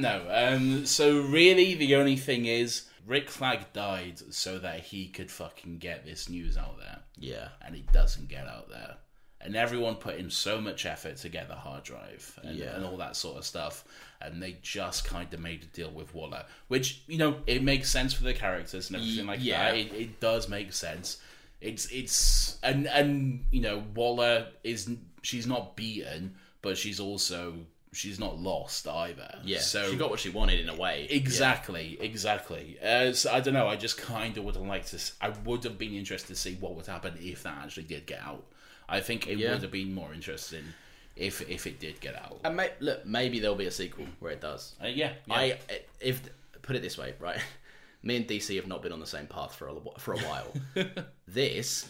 [SPEAKER 2] no, um, so really the only thing is Rick Flag died so that he could fucking get this news out there.
[SPEAKER 3] yeah,
[SPEAKER 2] And he doesn't get out there. And everyone put in so much effort to get the hard drive and,
[SPEAKER 3] Yeah.
[SPEAKER 2] and all that sort of stuff. And they just kind of made a deal with Waller, which, you know, it makes sense for the characters and everything like
[SPEAKER 3] yeah.
[SPEAKER 2] that. It, it does make sense. It's, it's, and, and, you know, Waller is, she's not beaten, but she's also, she's not lost either.
[SPEAKER 3] yeah.
[SPEAKER 2] So
[SPEAKER 3] she got what she wanted in a way.
[SPEAKER 2] Exactly, exactly. Uh, so I don't know. I just kind of would have liked to. s- I would have been interested to see what would happen if that actually did get out. I think it
[SPEAKER 3] Yeah. Um,
[SPEAKER 2] would have been more interesting if if it did get out.
[SPEAKER 3] And may- look, maybe there'll be a sequel where it does.
[SPEAKER 2] Uh, yeah, yeah.
[SPEAKER 3] I if put it this way, right? Me and DC have not been on the same path for a wh- for a while. this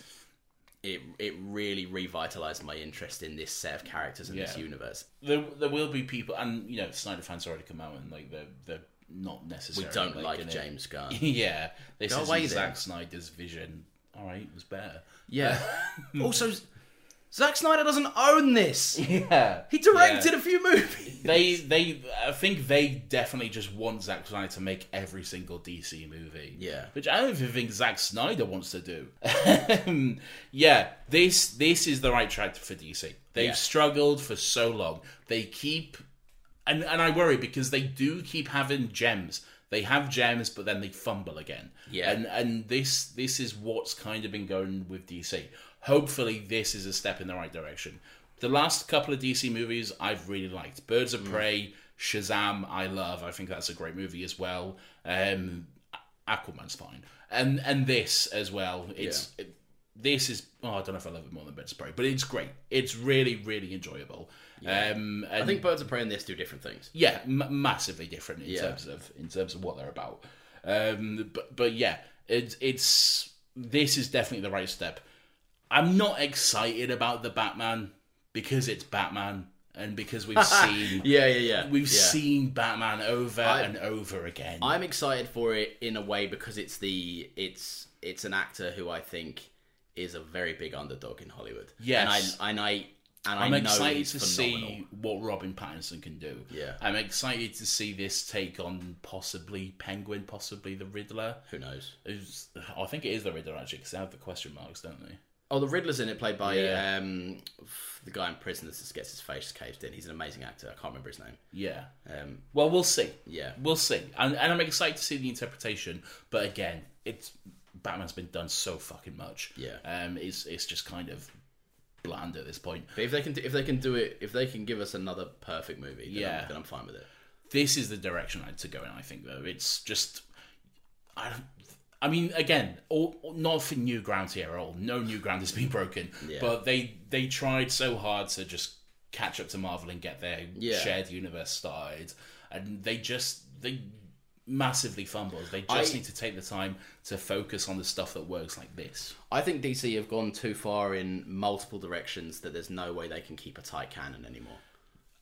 [SPEAKER 3] it it really revitalized my interest in this set of characters in this
[SPEAKER 2] Yeah.
[SPEAKER 3] universe.
[SPEAKER 2] there there will be people, and you know, Snyder fans already come out and like they're they're not
[SPEAKER 3] We
[SPEAKER 2] necessarily.
[SPEAKER 3] don't like
[SPEAKER 2] liking it.
[SPEAKER 3] James Gunn.
[SPEAKER 2] yeah, this
[SPEAKER 3] Go
[SPEAKER 2] is
[SPEAKER 3] away
[SPEAKER 2] Zack
[SPEAKER 3] then.
[SPEAKER 2] Snyder's vision. All right, it was better.
[SPEAKER 3] Yeah. also, Zack Snyder doesn't own this.
[SPEAKER 2] Yeah.
[SPEAKER 3] He directed a few movies.
[SPEAKER 2] They, they, I think they definitely just want Zack Snyder to make every single DC movie.
[SPEAKER 3] Yeah.
[SPEAKER 2] which I don't even think Zack Snyder wants to do. Um, yeah, this this is the right track for DC. They've
[SPEAKER 3] Yeah.
[SPEAKER 2] struggled for so long. They keep, and and I worry because they do keep having gems. They have gems, but then they fumble again.
[SPEAKER 3] Yeah.
[SPEAKER 2] and and this this is what's kind of been going with DC. Hopefully, this is a step in the right direction. The last couple of DC movies I've really liked: Birds of Prey, Shazam. I love. I think that's a great movie as well. Um, Aquaman's fine, and and this as well. It's it- this is oh, I don't know if I love it more than Birds of Prey, but it's great. It's really really enjoyable. Um, and
[SPEAKER 3] I think Birds of Prey and this do different things.
[SPEAKER 2] yeah, m- massively different in
[SPEAKER 3] Yeah.
[SPEAKER 2] terms of in terms of what they're about. Um, but but yeah, it's it's this is definitely the right step. I'm not excited about the Batman because it's Batman and because we've seen
[SPEAKER 3] Yeah, yeah, yeah.
[SPEAKER 2] we've
[SPEAKER 3] Yeah.
[SPEAKER 2] seen Batman over
[SPEAKER 3] I-
[SPEAKER 2] and over again.
[SPEAKER 3] I'm excited for it in a way because it's the it's it's an actor who I think is a very big underdog in Hollywood.
[SPEAKER 2] Yes.
[SPEAKER 3] and I and I and
[SPEAKER 2] I'm
[SPEAKER 3] I know
[SPEAKER 2] excited
[SPEAKER 3] he's
[SPEAKER 2] to
[SPEAKER 3] phenomenal.
[SPEAKER 2] see what Robin Pattinson can do.
[SPEAKER 3] Yeah.
[SPEAKER 2] I'm excited to see this take on possibly Penguin, possibly the Riddler.
[SPEAKER 3] Who knows?
[SPEAKER 2] Who's, I think it is the Riddler actually, because they have the question marks, don't they?
[SPEAKER 3] Oh, the Riddler's in it, played by
[SPEAKER 2] Yeah.
[SPEAKER 3] um, the guy in prison that just gets his face caved in. He's an amazing actor. I can't remember his name.
[SPEAKER 2] Yeah.
[SPEAKER 3] Um,
[SPEAKER 2] Well, we'll see.
[SPEAKER 3] Yeah.
[SPEAKER 2] we'll see, and, and I'm excited to see the interpretation. But again, it's Batman's been done so fucking much.
[SPEAKER 3] Yeah.
[SPEAKER 2] um, it's it's just kind of bland at this point.
[SPEAKER 3] but if they can, do, if they can do it, if they can give us another perfect movie, then,
[SPEAKER 2] Yeah.
[SPEAKER 3] I'm, then I'm fine with it.
[SPEAKER 2] this is the direction I had to go in. I think though it's just, I don't. I mean, again, all, not for new ground here at all. No new ground has been broken.
[SPEAKER 3] Yeah.
[SPEAKER 2] But they they tried so hard to just catch up to Marvel and get their
[SPEAKER 3] Yeah.
[SPEAKER 2] shared universe started, and they just they massively fumbled. They just
[SPEAKER 3] I-
[SPEAKER 2] need to take the time to focus on the stuff that works like this.
[SPEAKER 3] I think DC have gone too far in multiple directions that there's no way they can keep a tight canon anymore.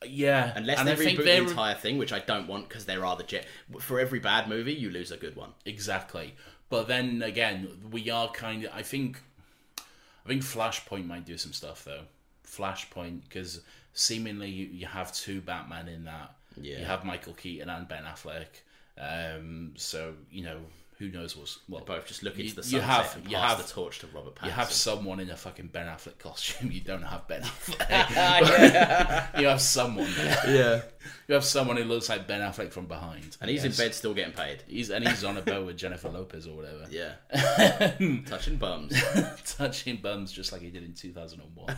[SPEAKER 2] Yeah,
[SPEAKER 3] Unless
[SPEAKER 2] and
[SPEAKER 3] they
[SPEAKER 2] I think
[SPEAKER 3] reboot the
[SPEAKER 2] they're-
[SPEAKER 3] entire thing, which I don't want because there are the jet. For every bad movie, you lose a good one.
[SPEAKER 2] Exactly. But then again, we are kind of. I think, I think Flashpoint might do some stuff though. Flashpoint because seemingly you, you have two Batman in that.
[SPEAKER 3] Yeah.
[SPEAKER 2] You have Michael Keaton and Ben Affleck. Um. So you know who knows what's what.
[SPEAKER 3] Both just look into
[SPEAKER 2] you-
[SPEAKER 3] the
[SPEAKER 2] you
[SPEAKER 3] sunset
[SPEAKER 2] have-
[SPEAKER 3] and
[SPEAKER 2] you
[SPEAKER 3] pass
[SPEAKER 2] have-
[SPEAKER 3] the torch to Robert Pattinson.
[SPEAKER 2] You have someone in a fucking Ben Affleck costume. You don't have Ben Affleck. you have someone. There.
[SPEAKER 3] yeah,
[SPEAKER 2] You have someone who looks like Ben Affleck from behind.
[SPEAKER 3] and he's
[SPEAKER 2] Yes.
[SPEAKER 3] in bed still getting paid.
[SPEAKER 2] He's and he's on a boat with Jennifer Lopez or whatever.
[SPEAKER 3] Yeah, touching bums.
[SPEAKER 2] touching bums just like he did in 2001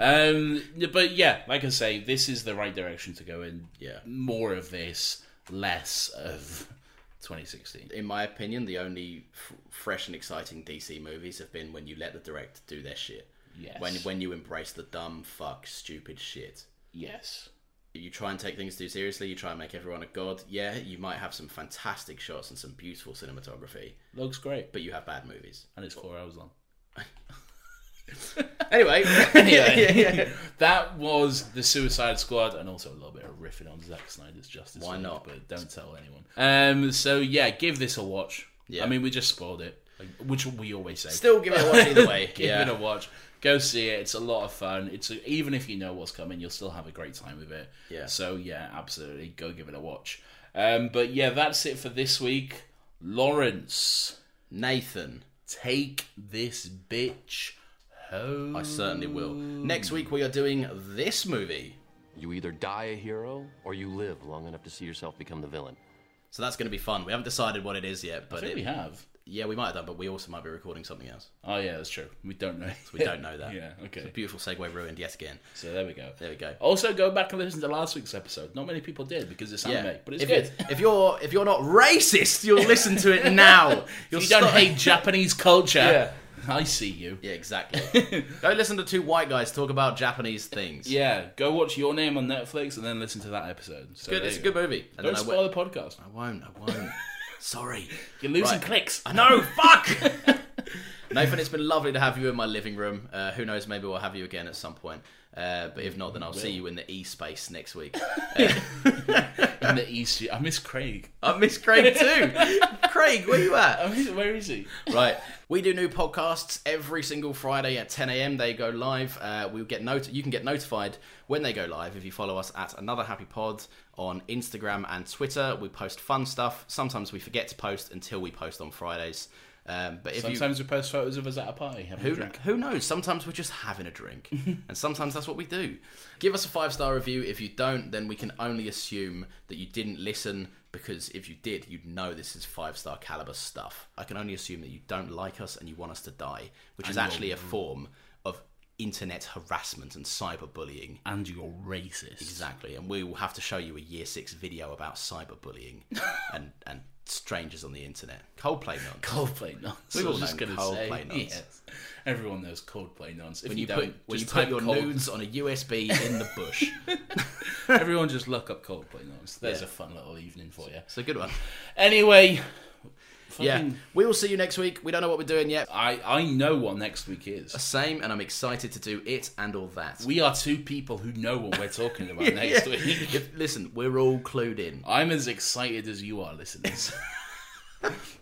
[SPEAKER 2] um but yeah like i say this is the right direction to go in
[SPEAKER 3] Yeah.
[SPEAKER 2] more of this less of 2016
[SPEAKER 3] in my opinion, the only f- fresh and exciting DC movies have been when you let the director do their shit.
[SPEAKER 2] Yes.
[SPEAKER 3] When when you embrace the dumb, fuck, stupid shit.
[SPEAKER 2] yes
[SPEAKER 3] You try and take things too seriously. You try and make everyone a god. Yeah, you might have some fantastic shots and some beautiful cinematography,
[SPEAKER 2] looks great
[SPEAKER 3] but you have bad movies.
[SPEAKER 2] and it's four hours long
[SPEAKER 3] Anyway,
[SPEAKER 2] anyway that was the suicide squad and also a little bit of riffing on Zack snyder's justice
[SPEAKER 3] Why
[SPEAKER 2] League,
[SPEAKER 3] not?
[SPEAKER 2] but don't tell anyone um so yeah give this a watch
[SPEAKER 3] Yeah.
[SPEAKER 2] i mean we just spoiled it like, which we always say
[SPEAKER 3] still give it a watch either way.
[SPEAKER 2] give
[SPEAKER 3] yeah.
[SPEAKER 2] it a watch. Go see it. It's a lot of fun. It's a, even if you know what's coming, you'll still have a great time with it.
[SPEAKER 3] Yeah.
[SPEAKER 2] So yeah, absolutely. Go give it a watch. Um, but yeah, that's it for this week. Lawrence,
[SPEAKER 3] Nathan.
[SPEAKER 2] take this bitch home.
[SPEAKER 3] I certainly will. Next week we are doing this movie.
[SPEAKER 4] You either die a hero or you live long enough to see yourself become the villain.
[SPEAKER 3] So that's going to be fun. We haven't decided what it is yet,
[SPEAKER 2] I
[SPEAKER 3] but
[SPEAKER 2] think
[SPEAKER 3] it,
[SPEAKER 2] we have.
[SPEAKER 3] yeah, we might have done, but we also might be recording something else.
[SPEAKER 2] Oh yeah, that's true. We don't know.
[SPEAKER 3] We don't know that.
[SPEAKER 2] yeah.
[SPEAKER 3] It's a
[SPEAKER 2] Okay.
[SPEAKER 3] beautiful segue ruined yet again.
[SPEAKER 2] So there we go.
[SPEAKER 3] There we go.
[SPEAKER 2] Also, go back and listen to last week's episode. Not many people did because it's anime, but it's
[SPEAKER 3] if
[SPEAKER 2] good.
[SPEAKER 3] You, if you're if you're not racist, you'll listen to it now. You'll
[SPEAKER 2] If you don't
[SPEAKER 3] stop-
[SPEAKER 2] hate Japanese culture, I see you.
[SPEAKER 3] Yeah, exactly. Go listen to two white guys talk about Japanese things.
[SPEAKER 2] Yeah, go watch Your Name on Netflix and then listen to that episode. So
[SPEAKER 3] good.
[SPEAKER 2] there
[SPEAKER 3] It's a
[SPEAKER 2] you
[SPEAKER 3] good
[SPEAKER 2] go.
[SPEAKER 3] movie. And
[SPEAKER 2] Don't
[SPEAKER 3] then I
[SPEAKER 2] spoil
[SPEAKER 3] went-
[SPEAKER 2] the podcast.
[SPEAKER 3] I won't. I won't. Sorry.
[SPEAKER 2] You're losing
[SPEAKER 3] Right.
[SPEAKER 2] clicks.
[SPEAKER 3] I know. Fuck. Nathan, it's been lovely to have you in my living room. Uh, who knows? Maybe we'll have you again at some point. Uh, but if not, then I'll see you in the e space next week.
[SPEAKER 2] In the East, I miss Craig.
[SPEAKER 3] I miss Craig too. Craig Craig, where you at?
[SPEAKER 2] Oh, is- Where is he?
[SPEAKER 3] right. We do new podcasts every single Friday at 10 a.m. They go live. Uh, we get not- You can get notified when they go live if you follow us at Another Happy Pod on Instagram and Twitter. We post fun stuff. Sometimes we forget to post until we post on Fridays. Um, but if you
[SPEAKER 2] Sometimes we post photos of us at a party. Having
[SPEAKER 3] who,
[SPEAKER 2] a drink.
[SPEAKER 3] who knows? Sometimes we're just having a drink. and sometimes that's what we do. Give us a five star review. If you don't, then we can only assume that you didn't listen because if you did, you'd know this is five star caliber stuff. I can only assume that you don't like us and you want us to die, which is actually a form of internet harassment and cyberbullying.
[SPEAKER 2] And you're racist.
[SPEAKER 3] Exactly. And we will have to show you a year six video about cyberbullying and, and strangers on the internet. Coldplay nonsense.
[SPEAKER 2] Coldplay nonce.
[SPEAKER 3] We
[SPEAKER 2] I
[SPEAKER 3] all
[SPEAKER 2] was just
[SPEAKER 3] know
[SPEAKER 2] going to
[SPEAKER 3] Coldplay
[SPEAKER 2] say.
[SPEAKER 3] nonce.
[SPEAKER 2] Yes. Everyone knows Coldplay nonce. If
[SPEAKER 3] When
[SPEAKER 2] you,
[SPEAKER 3] you,
[SPEAKER 2] don't,
[SPEAKER 3] put, when you
[SPEAKER 2] just
[SPEAKER 3] put
[SPEAKER 2] type
[SPEAKER 3] your
[SPEAKER 2] Cold-
[SPEAKER 3] nudes on a USB in the bush.
[SPEAKER 2] Everyone just look up Coldplay nonce. There's
[SPEAKER 3] Yeah.
[SPEAKER 2] a fun little evening for you.
[SPEAKER 3] It's a good one.
[SPEAKER 2] Anyway,
[SPEAKER 3] Yeah.
[SPEAKER 2] fucking-
[SPEAKER 3] We will see you next week. We don't know what we're doing yet.
[SPEAKER 2] I I know what next week is.
[SPEAKER 3] Same, and I'm excited to do it and all that.
[SPEAKER 2] We are two people who know what we're talking about next week.
[SPEAKER 3] If- listen, we're all clued in.
[SPEAKER 2] I'm as excited as you are, listeners.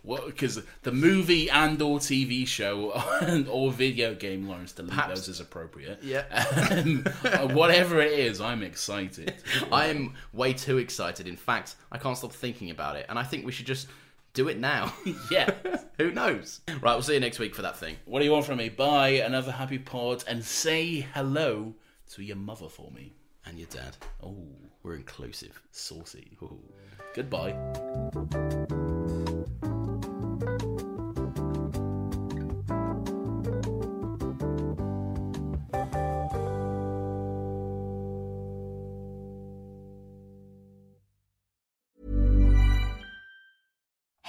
[SPEAKER 2] Because the movie and or TV show and or video game, Lawrence, delete
[SPEAKER 3] Perhaps-
[SPEAKER 2] those as appropriate.
[SPEAKER 3] Yeah.
[SPEAKER 2] Um,
[SPEAKER 3] uh,
[SPEAKER 2] whatever it is, I'm excited.
[SPEAKER 3] I am way too excited. In fact, I can't stop thinking about it, and I think we should just do it now.
[SPEAKER 2] Yeah.
[SPEAKER 3] Who knows? Right, we'll see you next week for that thing.
[SPEAKER 2] What do you want from me? Buy another happy pod and say hello to your mother for me.
[SPEAKER 3] And your dad.
[SPEAKER 2] Oh,
[SPEAKER 3] We're inclusive.
[SPEAKER 2] saucy. Ooh. Goodbye.